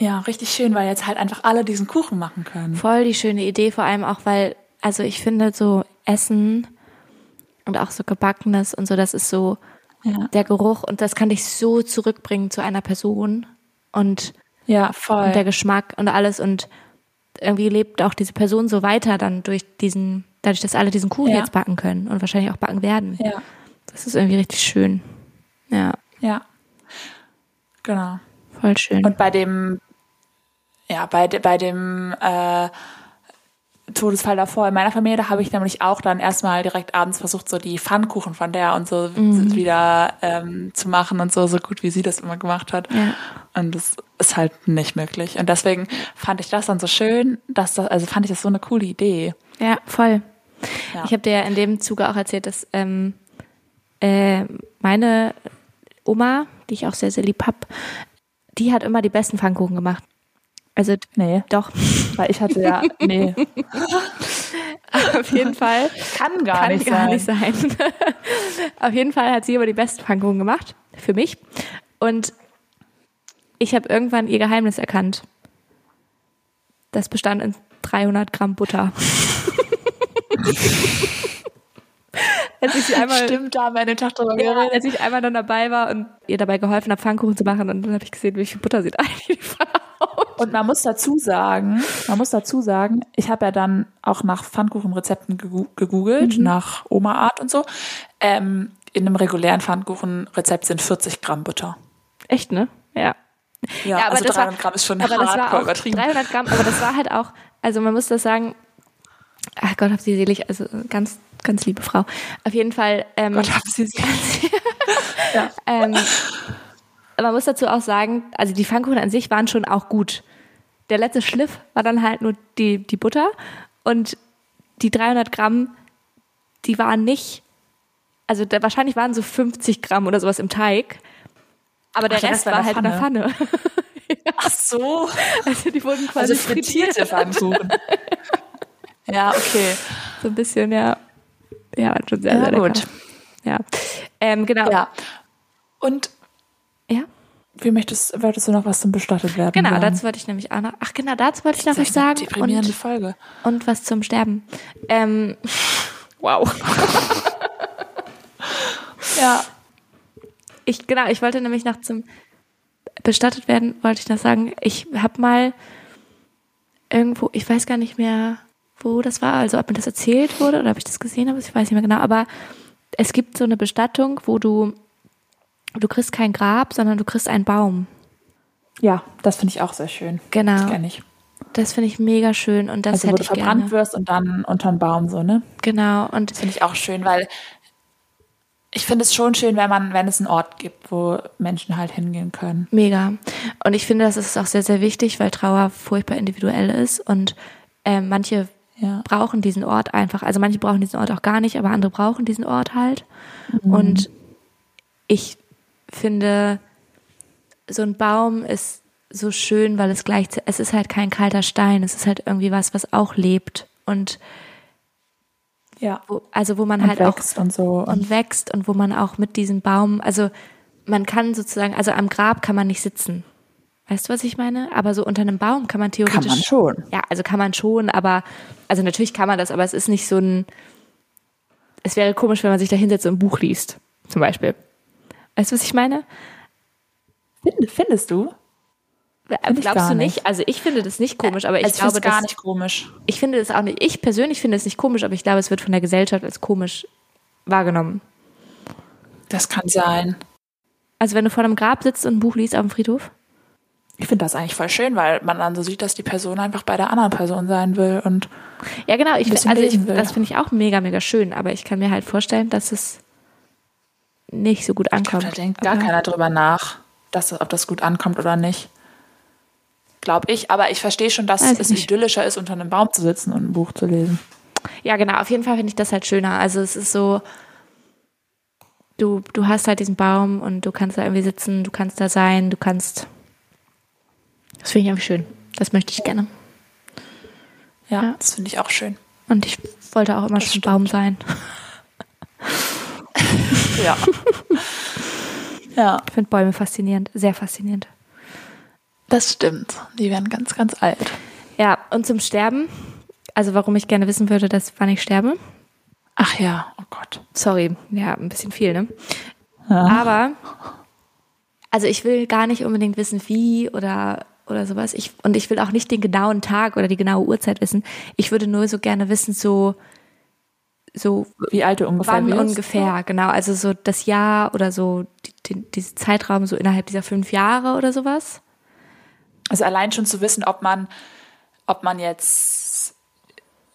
S1: ja richtig schön, weil jetzt halt einfach alle diesen Kuchen machen können.
S2: Voll die schöne Idee, vor allem auch, weil, also ich finde so Essen und auch so Gebackenes und so, das ist so
S1: Ja.
S2: der Geruch und das kann dich so zurückbringen zu einer Person. Und
S1: Ja, voll.
S2: und der Geschmack und alles und irgendwie lebt auch diese Person so weiter dann durch diesen, dadurch, dass alle diesen Kuchen
S1: Ja.
S2: jetzt backen können und wahrscheinlich auch backen werden.
S1: ja,
S2: Das ist irgendwie richtig schön. Ja,
S1: ja. Genau.
S2: voll schön.
S1: Und bei dem, ja, bei, de- bei dem äh, Todesfall davor in meiner Familie, da habe ich nämlich auch dann erstmal direkt abends versucht, so die Pfannkuchen von der und so wieder ähm, zu machen und so, so gut wie sie das immer gemacht hat.
S2: Ja.
S1: Und das ist halt nicht möglich. Und deswegen fand ich das dann so schön, dass das, also fand ich das so eine coole Idee.
S2: ja, voll.
S1: Ja.
S2: Ich habe dir ja in dem Zuge auch erzählt, dass ähm, äh, meine Oma, die ich auch sehr, sehr lieb hab, die hat immer die besten Pfannkuchen gemacht. Also
S1: Nee,
S2: doch,
S1: weil ich hatte ja, nee,
S2: auf jeden Fall.
S1: kann gar
S2: Kann
S1: nicht
S2: gar
S1: sein.
S2: nicht sein. Auf jeden Fall hat sie immer die besten Pfannkuchen gemacht, für mich. Und ich habe irgendwann ihr Geheimnis erkannt. Das bestand in 300 Gramm Butter. als ich sie einmal
S1: Stimmt, da haben wir an dem Tag drüber
S2: ja,
S1: geredet.
S2: als ich einmal dann dabei war und ihr dabei geholfen habe, Pfannkuchen zu machen, und dann habe ich gesehen, wie viel Butter sie da eigentlich verhaut.
S1: Und man muss dazu sagen, man muss dazu sagen, ich habe ja dann auch nach Pfannkuchenrezepten gegu- gegoogelt, nach Oma-Art und so. Ähm, in einem regulären Pfannkuchenrezept sind 40 Gramm Butter.
S2: Echt, ne? Ja.
S1: Ja, also 300 Gramm ist schon
S2: aber das war
S1: hardcore
S2: auch
S1: übertrieben.
S2: 300 Gramm, aber das war halt auch, also man muss das sagen, ach Gott, hab sie selig, also ganz, ganz liebe Frau. Auf jeden Fall, ähm,
S1: Gott, haben sie sie. ja.
S2: ähm, man muss dazu auch sagen, also die Pfannkuchen an sich waren schon auch gut. Der letzte Schliff war dann halt nur die, die Butter und die 300 Gramm, die waren nicht, also da, wahrscheinlich waren so 50 Gramm oder sowas im Teig. Aber der
S1: Ach ja,
S2: Rest
S1: das
S2: war,
S1: war
S2: halt
S1: in
S2: in der Pfanne.
S1: Ach so.
S2: Also die wurden quasi
S1: Also frittierte
S2: frittiert.
S1: Pfannkuchen. ja, okay.
S2: So ein bisschen, ja. Ja, war schon sehr,
S1: Ja,
S2: sehr lecker.
S1: gut.
S2: Ja. Ähm, genau.
S1: Ja. Und
S2: ja.
S1: wie möchtest, wolltest du noch was zum bestattet werden?
S2: Genau,
S1: sagen?
S2: dazu wollte ich nämlich auch noch. Ach genau, dazu wollte ich noch was
S1: Das ist eine
S2: sagen.
S1: Deprimierende
S2: Und,
S1: Folge.
S2: und was zum Sterben. Ähm, wow.
S1: Ja.
S2: Ich genau, ich wollte nämlich noch zum bestattet werden, wollte ich noch sagen. Ich habe mal irgendwo, ich weiß gar nicht mehr, wo das war, also ob mir das erzählt wurde oder ob ich das gesehen habe, ich weiß nicht mehr genau, aber es gibt so eine Bestattung, wo du du kriegst kein Grab, sondern du kriegst einen Baum.
S1: Ja, das finde ich auch sehr schön.
S2: Genau.
S1: Das kenne ich.
S2: Das finde ich mega schön und das
S1: Also, wo du
S2: hätte ich
S1: verbrannt
S2: gerne.
S1: wirst und dann unterm Baum so, ne?
S2: Genau und
S1: Finde ich auch schön, weil ich finde es schon schön, wenn man, wenn es einen Ort gibt, wo Menschen halt hingehen können.
S2: Mega. Und ich finde, das ist auch sehr, sehr wichtig, weil Trauer furchtbar individuell ist und ähm, manche
S1: Ja.
S2: brauchen diesen Ort einfach. Also manche brauchen diesen Ort auch gar nicht, aber andere brauchen diesen Ort halt.
S1: Mhm.
S2: Und ich finde, so ein Baum ist so schön, weil es gleich, es ist halt kein kalter Stein, es ist halt irgendwie was, was auch lebt und
S1: Ja.
S2: wo, also wo man
S1: Und
S2: halt auch
S1: wächst und so.
S2: und wächst und wo man auch mit diesem Baum, also man kann sozusagen, also am Grab kann man nicht sitzen. Weißt du, was ich meine? Aber so unter einem Baum kann man theoretisch.
S1: Kann man schon.
S2: Ja, also kann man schon, aber, also natürlich kann man das, aber es ist nicht so ein, es wäre komisch, wenn man sich da hinsetzt und ein Buch liest, zum Beispiel. Weißt du, was ich meine?
S1: Find- Findest du? ich
S2: Glaubst
S1: gar
S2: du
S1: nicht.
S2: nicht? Also ich finde das nicht komisch, aber ich
S1: also
S2: glaube,
S1: find's gar
S2: dass,
S1: nicht komisch.
S2: ich finde das auch nicht, ich persönlich finde es nicht komisch, aber ich glaube, es wird von der Gesellschaft als komisch wahrgenommen.
S1: Das kann sein.
S2: Also wenn du vor einem Grab sitzt und ein Buch liest auf dem Friedhof?
S1: Ich finde das eigentlich voll schön, weil man dann so sieht, dass die Person einfach bei der anderen Person sein will und
S2: Ja, genau. Ich,
S1: bisschen
S2: also ich,
S1: lesen will.
S2: das finde ich auch mega, mega schön, aber ich kann mir halt vorstellen, dass es nicht so gut ankommt.
S1: da denkt gar keiner drüber nach, dass, ob das gut ankommt oder nicht. Glaube ich, aber ich verstehe schon, dass
S2: Weiß ich
S1: es
S2: nicht.
S1: idyllischer ist, unter einem Baum zu sitzen und ein Buch zu lesen.
S2: Ja, genau. Auf jeden Fall finde ich das halt schöner. Also es ist so, du, du hast halt diesen Baum und du kannst da irgendwie sitzen, du kannst da sein, du kannst. Das finde ich irgendwie schön. Das möchte ich gerne.
S1: Ja,
S2: Ja.
S1: das finde ich auch schön.
S2: Und ich wollte auch immer schon ein Baum sein.
S1: Ja. ja,
S2: Ich finde Bäume faszinierend, sehr faszinierend.
S1: das stimmt. Die werden ganz, ganz alt.
S2: Ja, und zum Sterben, also warum ich gerne wissen würde, dass wann ich sterbe.
S1: Ach ja, oh Gott.
S2: Sorry, ja, ein bisschen viel, ne? Aber, also ich will gar nicht unbedingt wissen, wie oder, oder sowas. Ich, und ich will auch nicht den genauen Tag oder die genaue Uhrzeit wissen. Ich würde nur so gerne wissen, so, so
S1: Wie alt du ungefähr
S2: wann
S1: wirst?
S2: ungefähr, genau. Also so das Jahr oder so, die, den- diesen Zeitraum so innerhalb dieser fünf Jahre oder sowas.
S1: Also allein schon zu wissen, ob man, ob man jetzt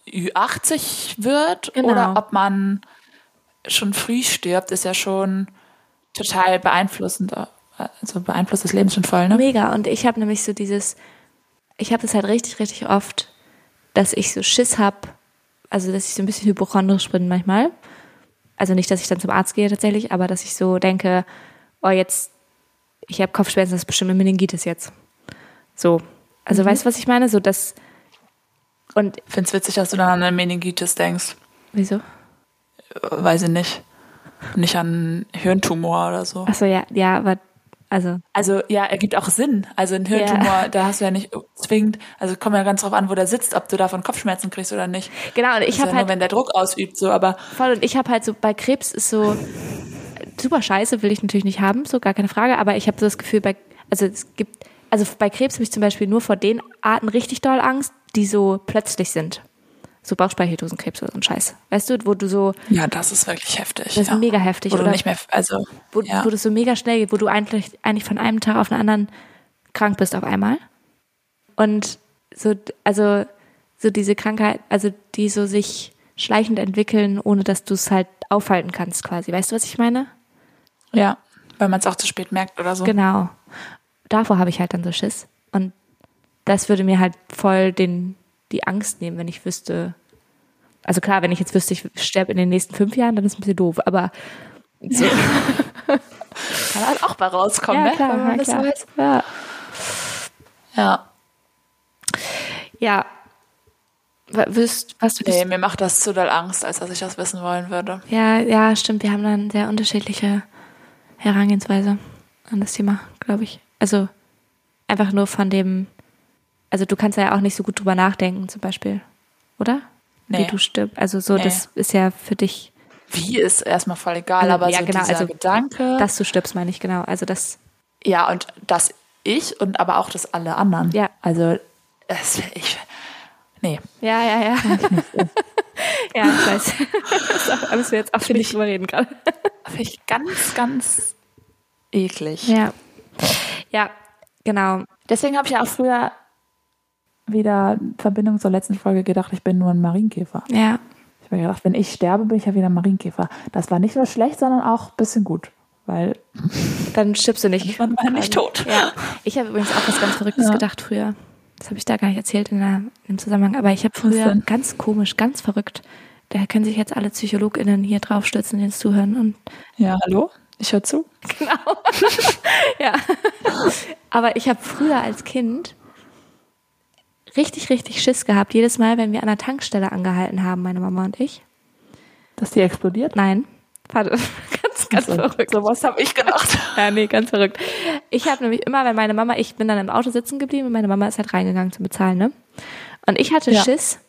S1: Ü80 wird
S2: Genau.
S1: oder ob man schon früh stirbt, ist ja schon total beeinflussend. Also beeinflusst das Leben schon voll, ne?
S2: Mega. Und ich habe nämlich so dieses, ich habe das halt richtig, richtig oft, dass ich so Schiss hab, also dass ich so ein bisschen hypochondrisch bin manchmal. Also nicht, dass ich dann zum Arzt gehe tatsächlich, aber dass ich so denke, oh jetzt, ich habe Kopfschmerzen, das ist bestimmt eine Meningitis jetzt. So.
S1: Mhm.
S2: Also weißt du, was ich meine? So das und
S1: Ich finde es witzig, dass du dann an eine Meningitis denkst.
S2: wieso?
S1: Äh, Weiß ich nicht. Nicht an Hirntumor oder so.
S2: Achso, ja, ja, aber also
S1: Also ja, ergibt auch Sinn. Also ein Hirntumor, da hast du ja nicht zwingend, also kommt ja ganz drauf an, wo der sitzt, ob du davon Kopfschmerzen kriegst oder nicht.
S2: genau. Und
S1: Das
S2: ich
S1: ist
S2: habe
S1: ja
S2: halt
S1: nur, wenn der Druck ausübt, so, aber
S2: Voll, und ich habe halt so, bei Krebs ist so super scheiße, will ich natürlich nicht haben, so gar keine Frage, aber ich habe so das Gefühl, bei, also es gibt, also bei Krebs habe ich zum Beispiel nur vor den Arten richtig doll Angst, die so plötzlich sind. So Bauchspeicheldrüsenkrebs oder so ein Scheiß. Weißt du, wo du so,
S1: Ja, das ist wirklich heftig.
S2: Das ist
S1: ja.
S2: mega heftig,
S1: Wo du
S2: oder?
S1: nicht mehr, also,
S2: wo,
S1: ja.
S2: wo das so mega schnell geht, wo du eigentlich, eigentlich von einem Tag auf den anderen krank bist auf einmal. Und so, also, so diese Krankheit, also die so sich schleichend entwickeln, ohne dass du es halt aufhalten kannst quasi. Weißt du, was ich meine?
S1: ja, weil man es auch zu spät merkt oder so.
S2: Genau. Davor habe ich halt dann so Schiss. Und das würde mir halt voll den, die Angst nehmen, wenn ich wüsste. Also klar, wenn ich jetzt wüsste, ich sterbe in den nächsten fünf Jahren, dann ist es ein bisschen doof. Aber so.
S1: kann halt auch mal rauskommen, ne? wenn man das so weiß.
S2: Ja.
S1: Ja.
S2: ja. Wa- Wüsst, was du
S1: Nee, mir macht das zu doll Angst, als dass ich das wissen wollen würde.
S2: Ja, ja, stimmt. Wir haben dann sehr unterschiedliche Herangehensweise an das Thema, glaube ich. Also einfach nur von dem, also du kannst da ja auch nicht so gut drüber nachdenken, zum Beispiel, oder?
S1: Nee.
S2: Wie du stirbst. Also so,
S1: Nee.
S2: das ist ja für dich,
S1: Wie ist erstmal voll egal,
S2: Also,
S1: aber
S2: ja,
S1: so
S2: genau,
S1: dieser
S2: also
S1: Gedanke.
S2: dass du stirbst, meine ich genau. Also das,
S1: ja, und dass ich und aber auch dass alle anderen.
S2: Ja.
S1: Also, es, ich. Nee.
S2: ja, ja, ja. ja, ich weiß. Da müssen wir jetzt auch nicht drüber reden gerade.
S1: Finde ich ganz, ganz eklig.
S2: Ja. Ja, genau.
S1: Deswegen habe ich ja auch früher wieder in Verbindung zur letzten Folge gedacht, ich bin nur ein Marienkäfer.
S2: Ja.
S1: Ich habe mir gedacht, wenn ich sterbe, bin ich ja wieder ein Marienkäfer. Das war nicht nur schlecht, sondern auch ein bisschen gut. Weil
S2: Dann stirbst du nicht.
S1: man war nicht tot.
S2: Ähm, Ja, ich habe übrigens auch was ganz Verrücktes
S1: Ja.
S2: gedacht früher. Das habe ich da gar nicht erzählt in, der, im Zusammenhang. Aber ich habe früher
S1: denn?
S2: ganz komisch, ganz verrückt. Da können sich jetzt alle PsychologInnen hier draufstürzen, die uns zuhören. Und
S1: Ja, hallo? Ich höre zu.
S2: ja. Aber ich habe früher als Kind richtig, richtig Schiss gehabt. Jedes Mal, wenn wir an der Tankstelle angehalten haben, meine Mama und ich.
S1: Dass die explodiert?
S2: Nein. Warte, ganz, ganz
S1: so,
S2: verrückt.
S1: Sowas habe ich gedacht.
S2: Ja, nee, ganz verrückt. Ich habe nämlich immer, wenn meine Mama, ich bin dann im Auto sitzen geblieben und meine Mama ist halt reingegangen zum Bezahlen, ne? Und ich hatte
S1: Ja.
S2: Schiss,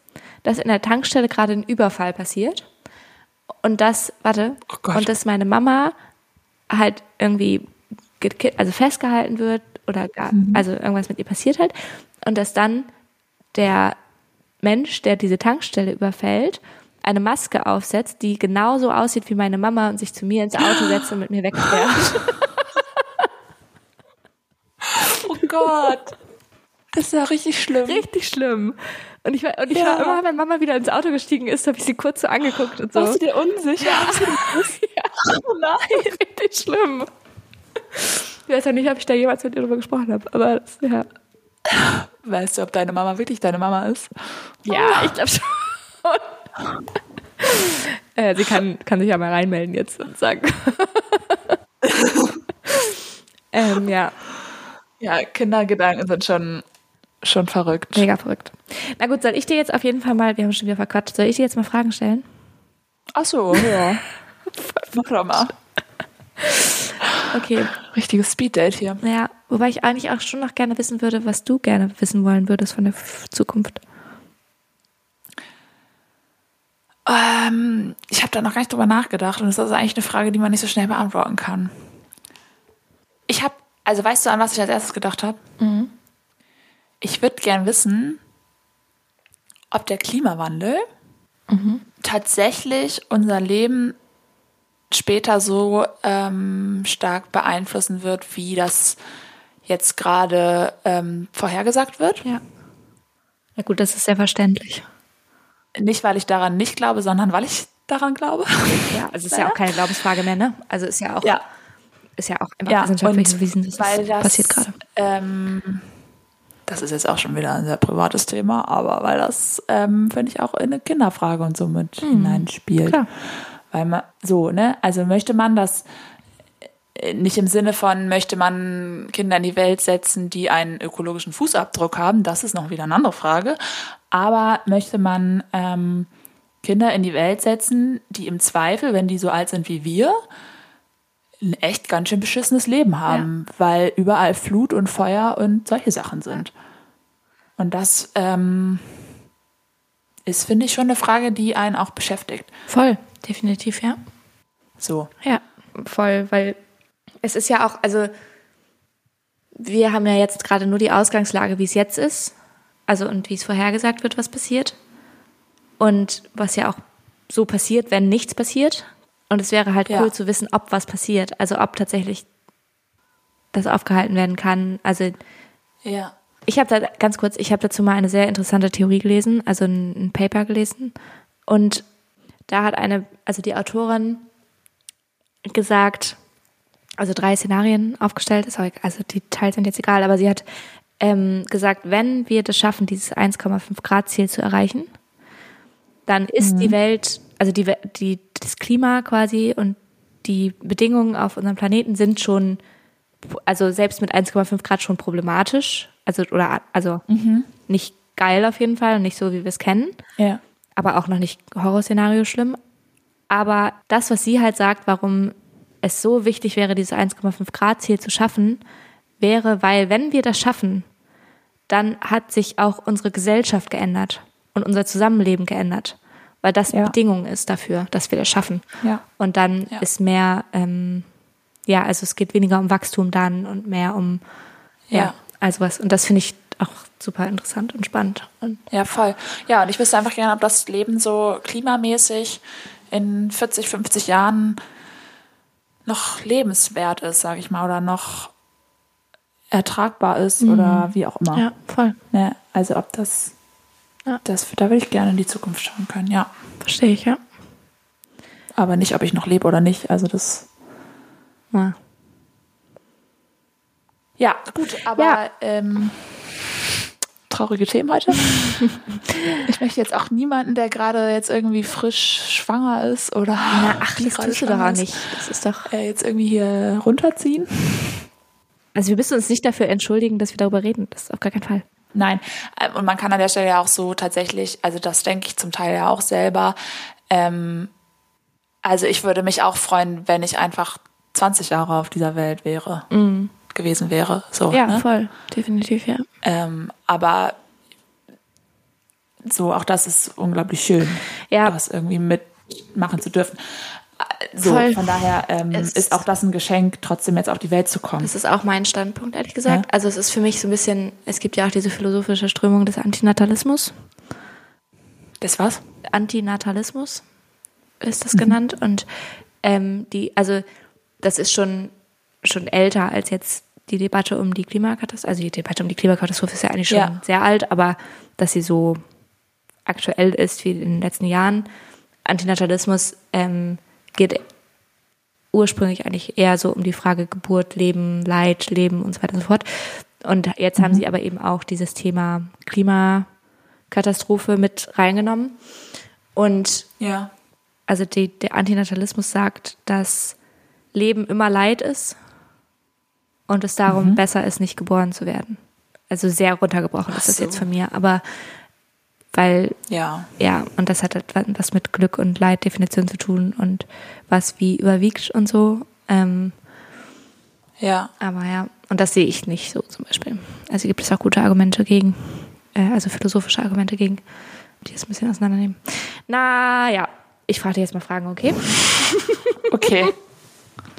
S2: dass in der Tankstelle gerade ein Überfall passiert. Und das, warte,
S1: Oh Gott.
S2: und dass meine Mama halt irgendwie geki- also festgehalten wird oder gar,
S1: Mhm.
S2: also irgendwas mit ihr passiert halt. Und dass dann der Mensch, der diese Tankstelle überfällt, eine Maske aufsetzt, die genauso aussieht wie meine Mama und sich zu mir ins Auto setzt und mit mir wegfährt.
S1: Oh Gott. Das ist ja richtig schlimm.
S2: richtig schlimm. Und ich war, und ich
S1: Ja.
S2: war immer, wenn Mama wieder ins Auto gestiegen ist, habe ich sie kurz so angeguckt und so.
S1: Warst du dir unsicher?
S2: Oh nein, richtig schlimm. Ich weiß ja nicht, ob ich da jemals mit ihr drüber gesprochen habe, aber das, ja.
S1: Weißt du, ob deine Mama wirklich deine Mama ist?
S2: Ja, Oh ich glaube schon. äh, sie kann, kann sich ja mal reinmelden jetzt und sagen. ähm, ja,
S1: Ja, Kindergedanken sind schon, schon verrückt.
S2: mega verrückt. Na gut, soll ich dir jetzt auf jeden Fall mal, wir haben schon wieder verquatscht, soll ich dir jetzt mal Fragen stellen?
S1: Ach so, ja. Mach doch mal.
S2: Okay.
S1: Richtiges Speeddate hier.
S2: Ja, wobei ich eigentlich auch schon noch gerne wissen würde, was du gerne wissen wollen würdest von der F- Zukunft.
S1: Ähm, ich habe da noch gar nicht drüber nachgedacht und das ist eigentlich eine Frage, die man nicht so schnell beantworten kann. Ich habe, also weißt du, an was ich als erstes gedacht habe?
S2: Mhm.
S1: Ich würde gern wissen, ob der Klimawandel
S2: Mhm.
S1: tatsächlich unser Leben später so ähm, stark beeinflussen wird, wie das jetzt gerade ähm, vorhergesagt wird.
S2: Ja. Na gut, das ist sehr verständlich.
S1: Nicht, weil ich daran nicht glaube, sondern weil ich daran glaube.
S2: Ja, also es ist ja auch keine Glaubensfrage mehr, ne? Also ist ja auch, ist ja auch einfach wissenschaftlich bewiesen, dass
S1: weil
S2: es passiert gerade.
S1: Ähm, das ist jetzt auch schon wieder ein sehr privates Thema, aber weil das, ähm, finde ich, auch in eine Kinderfrage und so mit hineinspielt.
S2: Hm, klar.
S1: Weil man, so, ne? Also möchte man das äh, nicht im Sinne von, möchte man Kinder in die Welt setzen, die einen ökologischen Fußabdruck haben, das ist noch wieder eine andere Frage. Aber möchte man ähm, Kinder in die Welt setzen, die im Zweifel, wenn die so alt sind wie wir, ein echt ganz schön beschissenes Leben haben, weil überall Flut und Feuer und solche Sachen sind. Und das ähm, ist, finde ich, schon eine Frage, die einen auch beschäftigt.
S2: Voll, definitiv, ja.
S1: So.
S2: Ja, voll, weil es ist ja auch, also wir haben ja jetzt gerade nur die Ausgangslage, wie es jetzt ist, also und wie es vorhergesagt wird, was passiert und was ja auch so passiert, wenn nichts passiert. Und es wäre halt
S1: Ja.
S2: cool zu wissen, ob was passiert, also ob tatsächlich das aufgehalten werden kann. Also
S1: Ja.
S2: ich habe da ganz kurz, ich habe dazu mal eine sehr interessante Theorie gelesen, also ein, ein Paper gelesen. Und da hat eine, also die Autorin gesagt, also drei Szenarien aufgestellt, ist auch, egal, also die Teils sind jetzt egal, aber sie hat ähm, gesagt, wenn wir das schaffen, dieses 1,5 Grad Ziel zu erreichen, dann ist die Welt, also die, We- die, das Klima quasi und die Bedingungen auf unserem Planeten sind schon, also selbst mit 1,5 Grad schon problematisch. Also, oder, also nicht geil auf jeden Fall und nicht so, wie wir es kennen.
S1: Ja.
S2: Aber auch noch nicht Horrorszenario schlimm. Aber das, was sie halt sagt, warum es so wichtig wäre, dieses 1,5 Grad Ziel zu schaffen, wäre, weil wenn wir das schaffen, dann hat sich auch unsere Gesellschaft geändert und unser Zusammenleben geändert, weil das
S1: Ja.
S2: Bedingung ist dafür, dass wir das schaffen.
S1: Ja.
S2: Und dann
S1: Ja.
S2: ist mehr, ähm, ja, also es geht weniger um Wachstum dann und mehr um, ja,
S1: Ja.
S2: also was. Und das finde ich auch super interessant und spannend. Und
S1: Ja, voll. Ja, und ich wüsste einfach gerne, ob das Leben so klimamäßig in 40, 50 Jahren noch lebenswert ist, sage ich mal, oder noch ertragbar ist oder wie auch immer.
S2: ja, voll.
S1: Ja, also ob das,
S2: Ja.
S1: das, da würde ich gerne in die Zukunft schauen können, ja.
S2: Verstehe ich, ja.
S1: Aber nicht, ob ich noch lebe oder nicht. Also das.
S2: ja.
S1: Ja, gut, aber
S2: Ja.
S1: Ähm, traurige Themen heute. ich möchte jetzt auch niemanden, der gerade jetzt irgendwie frisch schwanger ist oder
S2: Na, ach,
S1: die
S2: das
S1: gerade
S2: tust du doch
S1: schwanger
S2: auch
S1: ist,
S2: nicht. Das ist doch.
S1: Äh, jetzt irgendwie hier runterziehen.
S2: Also wir müssen uns nicht dafür entschuldigen, dass wir darüber reden. Das ist auf gar keinen Fall.
S1: Nein, ähm, und man kann an der Stelle ja auch so tatsächlich, also das denke ich zum Teil ja auch selber. Ähm, also ich würde mich auch freuen, wenn ich einfach 20 Jahre auf dieser Welt wäre, gewesen wäre. So, ne?
S2: Mhm. voll. Definitiv, ja.
S1: Ähm, aber so, auch das ist unglaublich schön,
S2: Ja.
S1: das irgendwie mitmachen zu dürfen. Äh, So,
S2: Voll.
S1: von daher ähm,
S2: Es-
S1: ist auch das ein Geschenk, trotzdem jetzt auf die Welt zu kommen.
S2: Das ist auch mein Standpunkt, ehrlich gesagt. Also es ist für mich so ein bisschen, es gibt ja auch diese philosophische Strömung des Antinatalismus.
S1: Das was?
S2: Antinatalismus ist das genannt. Und ähm, die, also das ist schon, schon älter als jetzt die Debatte um die Klimakatastrophe. Also die Debatte um die Klimakatastrophe ist ja eigentlich schon
S1: Ja.
S2: sehr alt, aber dass sie so aktuell ist wie in den letzten Jahren. Antinatalismus ähm, geht ursprünglich eigentlich eher so um die Frage Geburt, Leben, Leid, Leben und so weiter und so fort. Und jetzt haben sie aber eben auch dieses Thema Klimakatastrophe mit reingenommen. Und
S1: Ja.
S2: also die, der Antinatalismus sagt, dass Leben immer Leid ist und es darum besser ist, nicht geboren zu werden. Also sehr runtergebrochen ist das
S1: so.
S2: jetzt von mir, aber weil
S1: Ja.
S2: ja, und das hat etwa- was mit Glück und Leiddefinition zu tun und was wie überwiegt und so. Ähm,
S1: Ja.
S2: aber ja, und das sehe ich nicht so zum Beispiel. Also gibt es auch gute Argumente gegen, äh, also philosophische Argumente gegen, die das ein bisschen auseinandernehmen. Naja, ich frage dich jetzt mal Fragen, okay?
S1: Okay.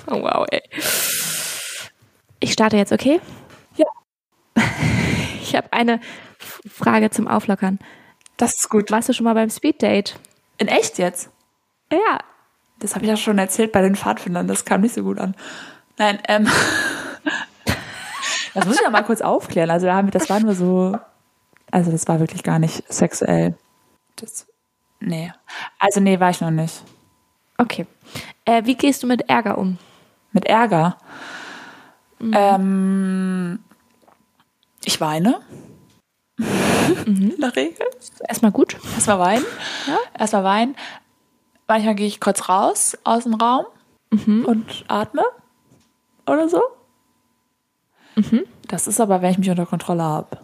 S2: Oh, wow, ey. Ich starte jetzt, okay?
S1: Ja.
S2: Ich habe eine F- Frage zum Auflockern.
S1: Das ist gut.
S2: Warst du schon mal beim Speeddate?
S1: In echt jetzt?
S2: Ja.
S1: Das habe ich ja schon erzählt bei den Pfadfindern. Das kam nicht so gut an. Nein, ähm. Das muss ich ja mal kurz aufklären. Also, da haben wir, das war nur so. Also, das war wirklich gar nicht sexuell. Das. Nee. Also, nee, war ich noch nicht.
S2: Okay. Äh, wie gehst du mit Ärger um?
S1: Mit Ärger. Mhm. Ähm. Ich weine. In der Regel.
S2: Erstmal gut.
S1: Erstmal weinen. Erstmal weinen. Manchmal gehe ich kurz raus aus dem Raum und atme oder so. Das ist aber, wenn ich mich unter Kontrolle habe.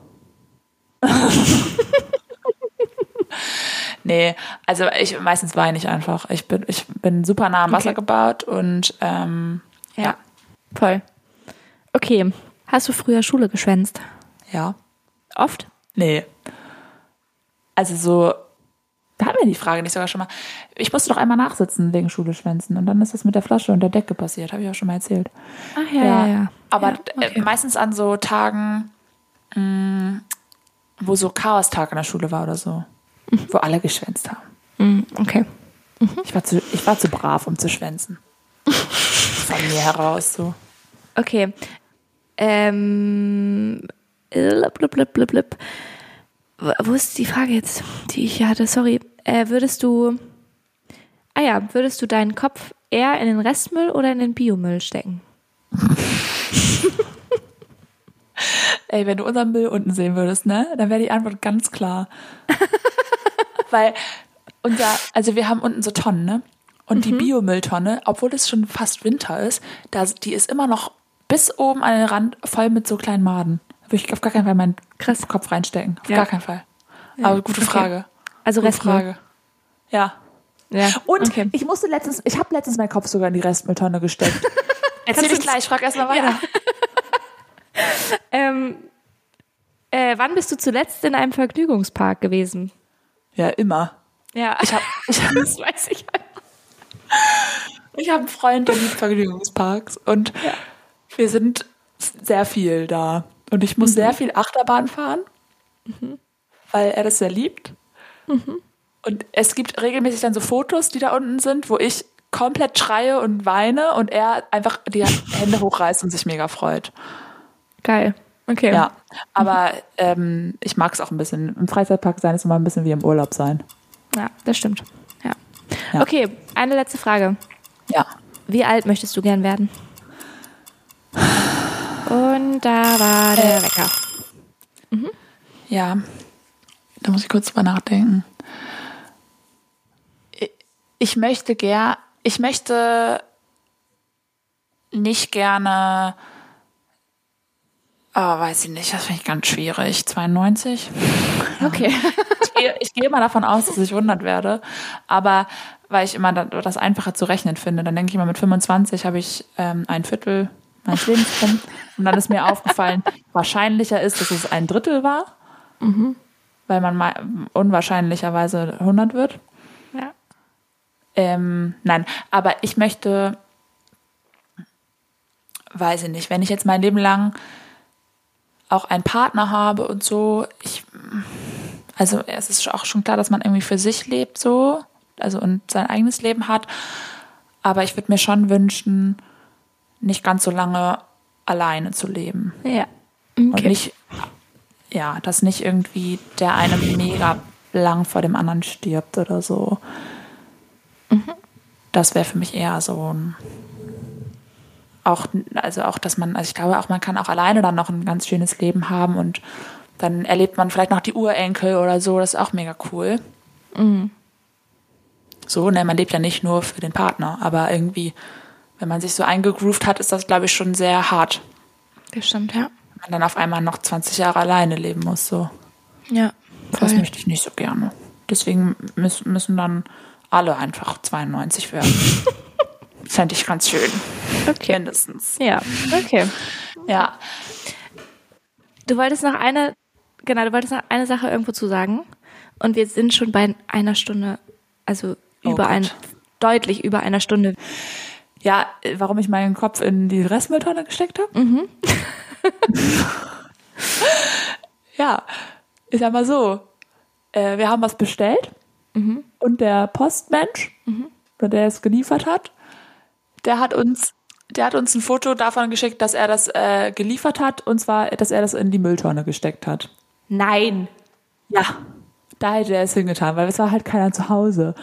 S1: nee, also ich meistens weine ich einfach. Ich bin, ich bin super nah am Wasser
S2: Okay.
S1: gebaut und ähm, ja.
S2: Voll. Okay. Hast du früher Schule geschwänzt?
S1: ja.
S2: Oft?
S1: Nee. Also so, da hatten wir die Frage nicht sogar schon mal. Ich musste doch einmal nachsitzen wegen Schule schwänzen und dann ist das mit der Flasche und der Decke passiert, habe ich auch schon mal erzählt.
S2: Ach
S1: Aber
S2: Ja,
S1: äh, meistens an so Tagen, mh, wo so Chaostag in der Schule war oder so, wo alle geschwänzt haben.
S2: Mm, Okay.
S1: Ich war zu, ich war zu brav, um zu schwänzen. Von mir heraus so.
S2: Okay. Ähm. blub, blub, blub, blub, blub. Wo- Wo ist die Frage jetzt, die ich hier hatte? Sorry. Äh, würdest du. Ah ja, würdest du deinen Kopf eher in den Restmüll oder in den Biomüll stecken?
S1: Ey, wenn du unseren Müll unten sehen würdest, ne, dann wäre die Antwort ganz klar. Weil unser, also wir haben unten so Tonnen, ne? Und die Biomülltonne, obwohl es schon fast Winter ist, da, die ist immer noch bis oben an den Rand voll mit so kleinen Maden. Da würde ich auf gar keinen Fall meinen
S2: Krass.
S1: Kopf reinstecken. Auf
S2: Ja.
S1: gar keinen Fall. Aber gute
S2: okay.
S1: Frage.
S2: Also
S1: gute
S2: Restmüll.
S1: Frage. Ja.
S2: Ja.
S1: Und
S2: okay.
S1: ich musste letztens, ich habe letztens meinen Kopf sogar in die Restmülltonne gesteckt. Erzähl
S2: Kannst
S1: ich
S2: du's-
S1: gleich, frag erstmal weiter.
S2: Ähm, äh, wann bist du zuletzt in einem Vergnügungspark gewesen?
S1: Ja, immer.
S2: Ja,
S1: Ich habe ich halt. hab
S2: das weiß ich.
S1: Ich habe einen Freund, der liebt Vergnügungsparks und wir sind sehr viel da. Und ich muss sehr viel Achterbahn fahren, Mhm. weil er das sehr liebt. Mhm. Und es gibt regelmäßig dann so Fotos, die da unten sind, wo ich komplett schreie und weine und er einfach die Hände hochreißt und sich mega freut.
S2: Geil. Okay.
S1: Ja, aber ähm, ich mag es auch ein bisschen. Im Freizeitpark sein ist immer ein bisschen wie im Urlaub sein.
S2: Ja, das stimmt. Ja.
S1: Ja.
S2: Okay, eine letzte Frage.
S1: Ja.
S2: Wie alt möchtest du gern werden? Und da war
S1: Äh.
S2: der Wecker.
S1: Ja, da muss ich kurz drüber nachdenken. I- Ich möchte gern, ich möchte nicht gerne, ah, weiß ich nicht, das finde ich ganz schwierig. 92?
S2: Okay.
S1: Ich gehe, ich gehe mal davon aus, dass ich 100 werde, aber weil ich immer da- das Einfache zu rechnen finde, dann denke ich mal, mit 25 habe ich ähm, ein Viertel meines Lebens rum und dann ist mir aufgefallen, wahrscheinlicher ist, dass es ein Drittel war weil man mal unwahrscheinlicherweise 100 wird.
S2: Ja.
S1: Ähm, nein, aber ich möchte, weiß ich nicht, wenn ich jetzt mein Leben lang auch einen Partner habe und so, ich, also es ist auch schon klar, dass man irgendwie für sich lebt so, also und sein eigenes Leben hat, aber ich würde mir schon wünschen, nicht ganz so lange alleine zu leben.
S2: Ja.
S1: Und
S2: Okay.
S1: nicht, ja, dass nicht irgendwie der eine mega lang vor dem anderen stirbt oder so. Das wäre für mich eher so ein. Auch, also auch, dass man, also ich glaube auch, man kann auch alleine dann noch ein ganz schönes Leben haben und dann erlebt man vielleicht noch die Urenkel oder so, das ist auch mega cool. So, ne, man lebt ja nicht nur für den Partner, aber irgendwie, wenn man sich so eingegroovt hat, ist das, glaube ich, schon sehr hart
S2: Das stimmt, ja.
S1: man dann auf einmal noch 20 Jahre alleine leben muss. So.
S2: Ja.
S1: Das
S2: Voll.
S1: möchte ich nicht so gerne. Deswegen müß, müssen dann alle einfach 92 werden. Fände ich ganz schön.
S2: Okay.
S1: Mindestens.
S2: Ja. Okay.
S1: Ja.
S2: Du wolltest noch eine, genau, du wolltest noch eine Sache irgendwo zu sagen. Und wir sind schon bei einer Stunde, also
S1: Oh
S2: über
S1: Gott.
S2: ein, deutlich über einer Stunde.
S1: Ja, äh, warum ich meinen Kopf in die Restmülltonne gesteckt habe? ja, ich sag mal so. Äh, wir haben was bestellt und der Postmensch, oder der es geliefert hat, der hat uns, der hat uns ein Foto davon geschickt, dass er das äh, geliefert hat und zwar, dass er das in die Mülltonne gesteckt hat.
S2: Nein.
S1: Ja. Da hätte er es hingetan, weil es war halt keiner zu Hause.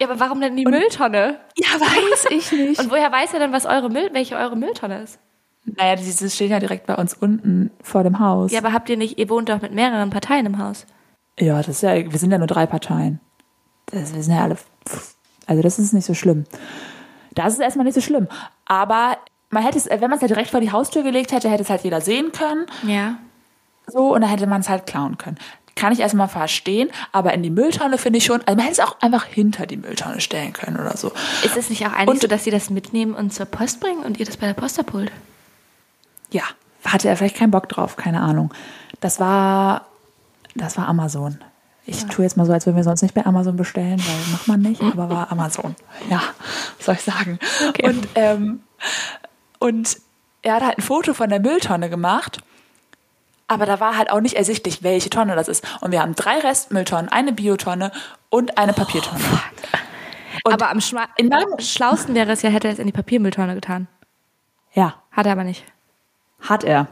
S2: Ja, aber warum denn die Mülltonne?
S1: Ja, weiß ich nicht.
S2: Und woher weiß er denn, was eure Müll, welche eure Mülltonne ist?
S1: naja, diese stehen ja direkt bei uns unten vor dem Haus.
S2: Ja, aber habt ihr nicht, ihr wohnt doch mit mehreren Parteien im Haus.
S1: Ja, das ist ja, wir sind ja nur drei Parteien. Das, wir sind ja alle. Also, das ist nicht so schlimm. Das ist erstmal nicht so schlimm. Aber man hätte es, wenn man es ja direkt vor die Haustür gelegt hätte, hätte es halt jeder sehen können.
S2: Ja.
S1: So, und dann hätte man es halt klauen können. Kann ich erstmal verstehen, aber in die Mülltonne finde ich schon, also man hätte es auch einfach hinter die Mülltonne stellen können oder so.
S2: Ist es nicht auch eigentlich
S1: Und-
S2: so, dass sie das mitnehmen und zur Post bringen und ihr das bei der Post abholt?
S1: Ja, hatte er vielleicht keinen Bock drauf, keine Ahnung. Das war, das war Amazon. Ich tue jetzt mal so, als würden wir sonst nicht bei Amazon bestellen, weil macht man nicht, aber war Amazon. Ja, was soll ich sagen. Und, ähm, und er hat halt ein Foto von der Mülltonne gemacht, aber da war halt auch nicht ersichtlich, welche Tonne das ist. Und wir haben drei Restmülltonnen, eine Biotonne und eine Papiertonne.
S2: aber am, Schma
S1: in meinem-
S2: am schlausten wäre es ja, hätte er es in die Papiermülltonne getan.
S1: Ja,
S2: Hat er aber nicht.
S1: hat er.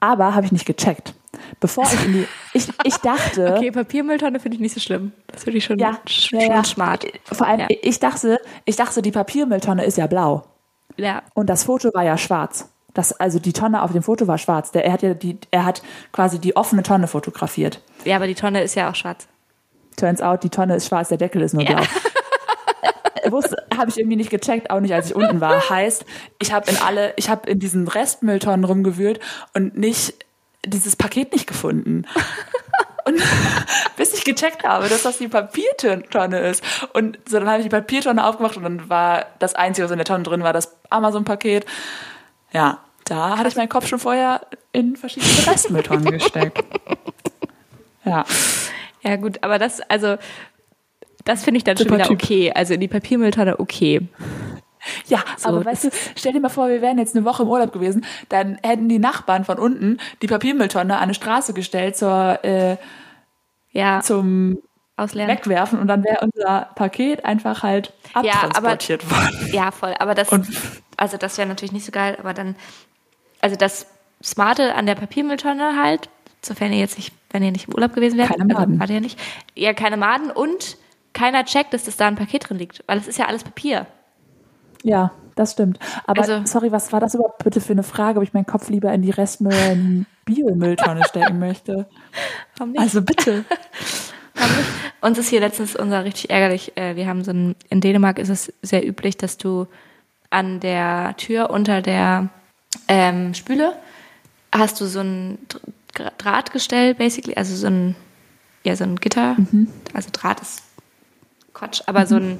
S1: Aber habe ich nicht gecheckt. Bevor ich in die. Ich, ich dachte.
S2: Okay, Papiermülltonne finde ich nicht so schlimm. Das finde ich schon,
S1: ja,
S2: sch
S1: ja,
S2: schon
S1: ja.
S2: smart.
S1: Vor allem,
S2: Ja.
S1: ich dachte, ich dachte, die Papiermülltonne ist ja blau.
S2: Ja.
S1: Und das Foto war ja schwarz. Das, also die Tonne auf dem Foto war schwarz. Der, er hat ja die, er hat quasi die offene Tonne fotografiert.
S2: ja, aber die Tonne ist ja auch schwarz.
S1: Turns out, die Tonne ist schwarz, der Deckel ist nur blau. Äh, wusste, habe ich irgendwie nicht gecheckt, auch nicht, als ich unten war. Heißt, ich habe in alle, ich habe in diesen Restmülltonnen rumgewühlt und nicht dieses Paket nicht gefunden. Und bis ich gecheckt habe, dass das die Papiertonne ist. Und so, dann habe ich die Papiertonne aufgemacht und dann war das Einzige, was in der Tonne drin war, das Amazon-Paket. Ja, da hatte ich meinen Kopf schon vorher in verschiedene Restmülltonnen gesteckt. Ja.
S2: Ja, gut, aber das, also, das finde ich dann
S1: Super
S2: schon wieder
S1: Typ.
S2: okay. Also in die Papiermülltonne okay.
S1: Ja,
S2: So,
S1: aber weißt du, stell dir mal vor, wir wären jetzt eine Woche im Urlaub gewesen, dann hätten die Nachbarn von unten die Papiermülltonne an eine Straße gestellt zur, äh,
S2: Ja,
S1: zum
S2: auslernen.
S1: Wegwerfen und dann wäre unser Paket einfach halt
S2: aber-
S1: abtransportiert worden.
S2: Ja, voll. Aber das,
S1: Und-
S2: also das wäre natürlich nicht so geil, aber dann, also das Smarte an der Papiermülltonne halt, sofern ihr jetzt nicht, wenn ihr nicht im Urlaub gewesen wärt.
S1: Keine
S2: Also,
S1: Maden.
S2: wart ihr nicht. Ja, keine Maden und keiner checkt, dass das da ein Paket drin liegt, weil es ist ja alles Papier.
S1: Ja, das stimmt. Aber
S2: Also-
S1: sorry, was war das überhaupt bitte für eine Frage, ob ich meinen Kopf lieber in die Restmüll Biomülltonne stecken möchte?
S2: Warum nicht?
S1: Also bitte.
S2: Uns ist hier letztens unser richtig ärgerlich. äh, Wir haben so ein, in Dänemark ist es sehr üblich, dass du an der Tür unter der ähm, Spüle hast du so ein Dr- Drahtgestell, basically, also so ein, ja, so ein Gitter. Also Draht ist Quatsch, aber so ein,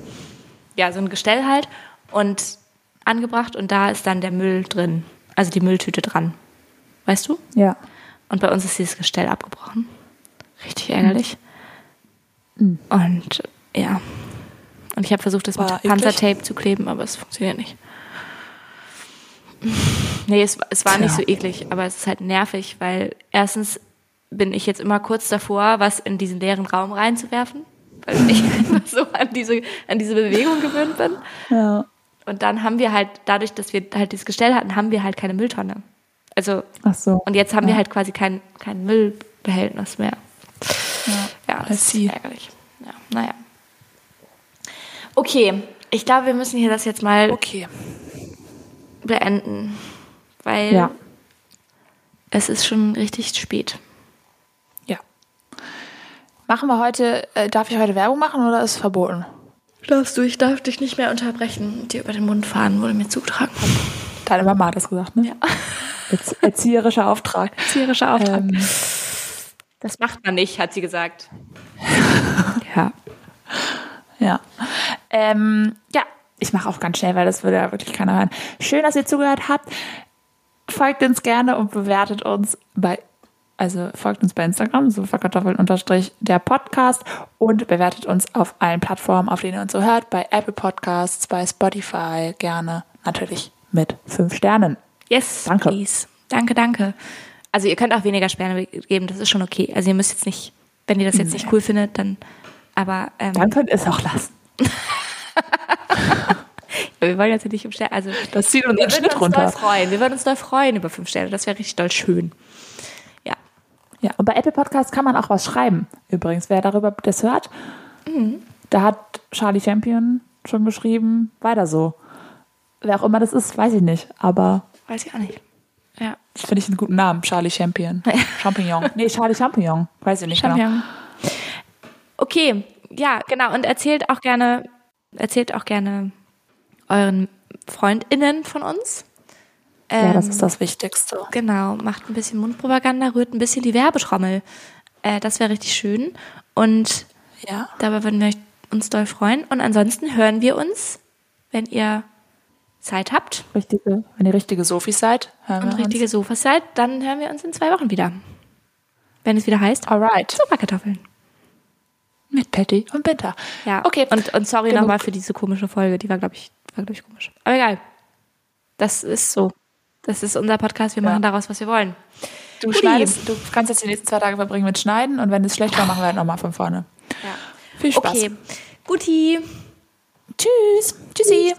S2: ja, so ein Gestell halt und angebracht und da ist dann der Müll drin, also die Mülltüte dran. Weißt du?
S1: Ja.
S2: Und bei uns ist dieses Gestell abgebrochen.
S1: Hm.
S2: Richtig ärgerlich. Und ja. Und ich habe versucht, das
S1: War
S2: mit
S1: eklig.
S2: Panzertape zu kleben, aber es funktioniert nicht. Nee, es, es war nicht
S1: Tja.
S2: so eklig, aber es ist halt nervig, weil erstens bin ich jetzt immer kurz davor, was in diesen leeren Raum reinzuwerfen, weil ich einfach so an diese, an diese Bewegung gewöhnt bin.
S1: ja.
S2: Und dann haben wir halt, dadurch, dass wir halt dieses Gestell hatten, haben wir halt keine Mülltonne. Also
S1: Ach so.
S2: und jetzt haben wir
S1: Ja.
S2: halt quasi kein, kein Müllbehältnis mehr. Ja,
S1: I
S2: das
S1: see.
S2: ist ärgerlich. Ja, naja. Okay, ich glaube, wir müssen hier das jetzt mal
S1: Okay.
S2: beenden, weil
S1: Ja.
S2: es ist schon richtig spät.
S1: Ja. Machen wir heute, äh, darf ich heute Werbung machen oder ist es verboten?
S2: Darfst du, ich darf dich nicht mehr unterbrechen. Dir über den Mund fahren wurde mir zugetragen.
S1: Deine Mama hat das gesagt, ne? halt Ja. erzieherischer Auftrag.
S2: Tierischer Auftrag.
S1: Ähm,
S2: das macht man nicht, hat sie gesagt.
S1: ja. Ja. Ähm, ja, ich mache auch ganz schnell, weil das würde ja wirklich keiner hören. Schön, dass ihr zugehört habt. Folgt uns gerne und bewertet uns bei, also folgt uns bei Instagram, superkartoffeln unterstrich der Podcast und bewertet uns auf allen Plattformen, auf denen ihr uns so hört, bei Apple Podcasts, bei Spotify, gerne natürlich mit fünf Sternen.
S2: Yes,
S1: Danke.
S2: please. Danke, danke. Also ihr könnt auch weniger Sterne geben, das ist schon okay. Also ihr müsst jetzt nicht, wenn ihr das jetzt nicht cool findet, dann aber ähm,
S1: Dann könnt ihr es auch lassen.
S2: wir wollen jetzt nicht im Stern, also
S1: Das zieht unseren
S2: wir würden
S1: Schnitt
S2: uns
S1: runter.
S2: doll freuen. Wir würden uns doll freuen über fünf Sterne. Das wäre richtig doll schön. Ja.
S1: Ja, und bei Apple Podcasts kann man auch was schreiben. Übrigens, wer darüber das hört,
S2: Mhm.
S1: da hat Charlie Champion schon geschrieben, weiter so. Wer auch immer das ist, weiß ich nicht, aber
S2: Weiß ich auch nicht. Ja.
S1: das finde ich einen guten Namen, Charlie Champion. Champignon. Nee, Charlie Champignon. Weiß ich nicht genau.
S2: Champion. Okay, ja, genau. Und erzählt auch gerne, erzählt auch gerne euren FreundInnen von uns.
S1: Ja,
S2: Ähm,
S1: das ist das Wichtigste.
S2: Genau, macht ein bisschen Mundpropaganda, rührt ein bisschen die Werbetrommel. Äh, das wäre richtig schön. Und
S1: Ja.
S2: dabei würden wir euch- uns doll freuen. Und ansonsten hören wir uns, wenn ihr Zeit habt
S1: Richtige, wenn ihr richtige Sofis seid, hören
S2: und
S1: wir
S2: richtige Sofas seid, dann hören wir uns in zwei Wochen wieder. Wenn es wieder heißt, oh,
S1: uns. Alright.
S2: Superkartoffeln.
S1: Mit Patty und Binta.
S2: Ja,
S1: Okay.
S2: Und, und sorry
S1: Genug.
S2: nochmal für diese komische Folge. Die war, glaube ich, war, glaub ich, komisch. Aber egal. Das ist so. Das ist unser Podcast. Wir machen daraus, was wir wollen.
S1: du
S2: Uli.
S1: schneidest, du kannst jetzt die nächsten zwei Tage verbringen mit Schneiden und wenn es schlecht war, machen wir halt nochmal von vorne.
S2: Ja.
S1: Viel Spaß.
S2: Okay. Guti.
S1: Tschüss. Tschüssi.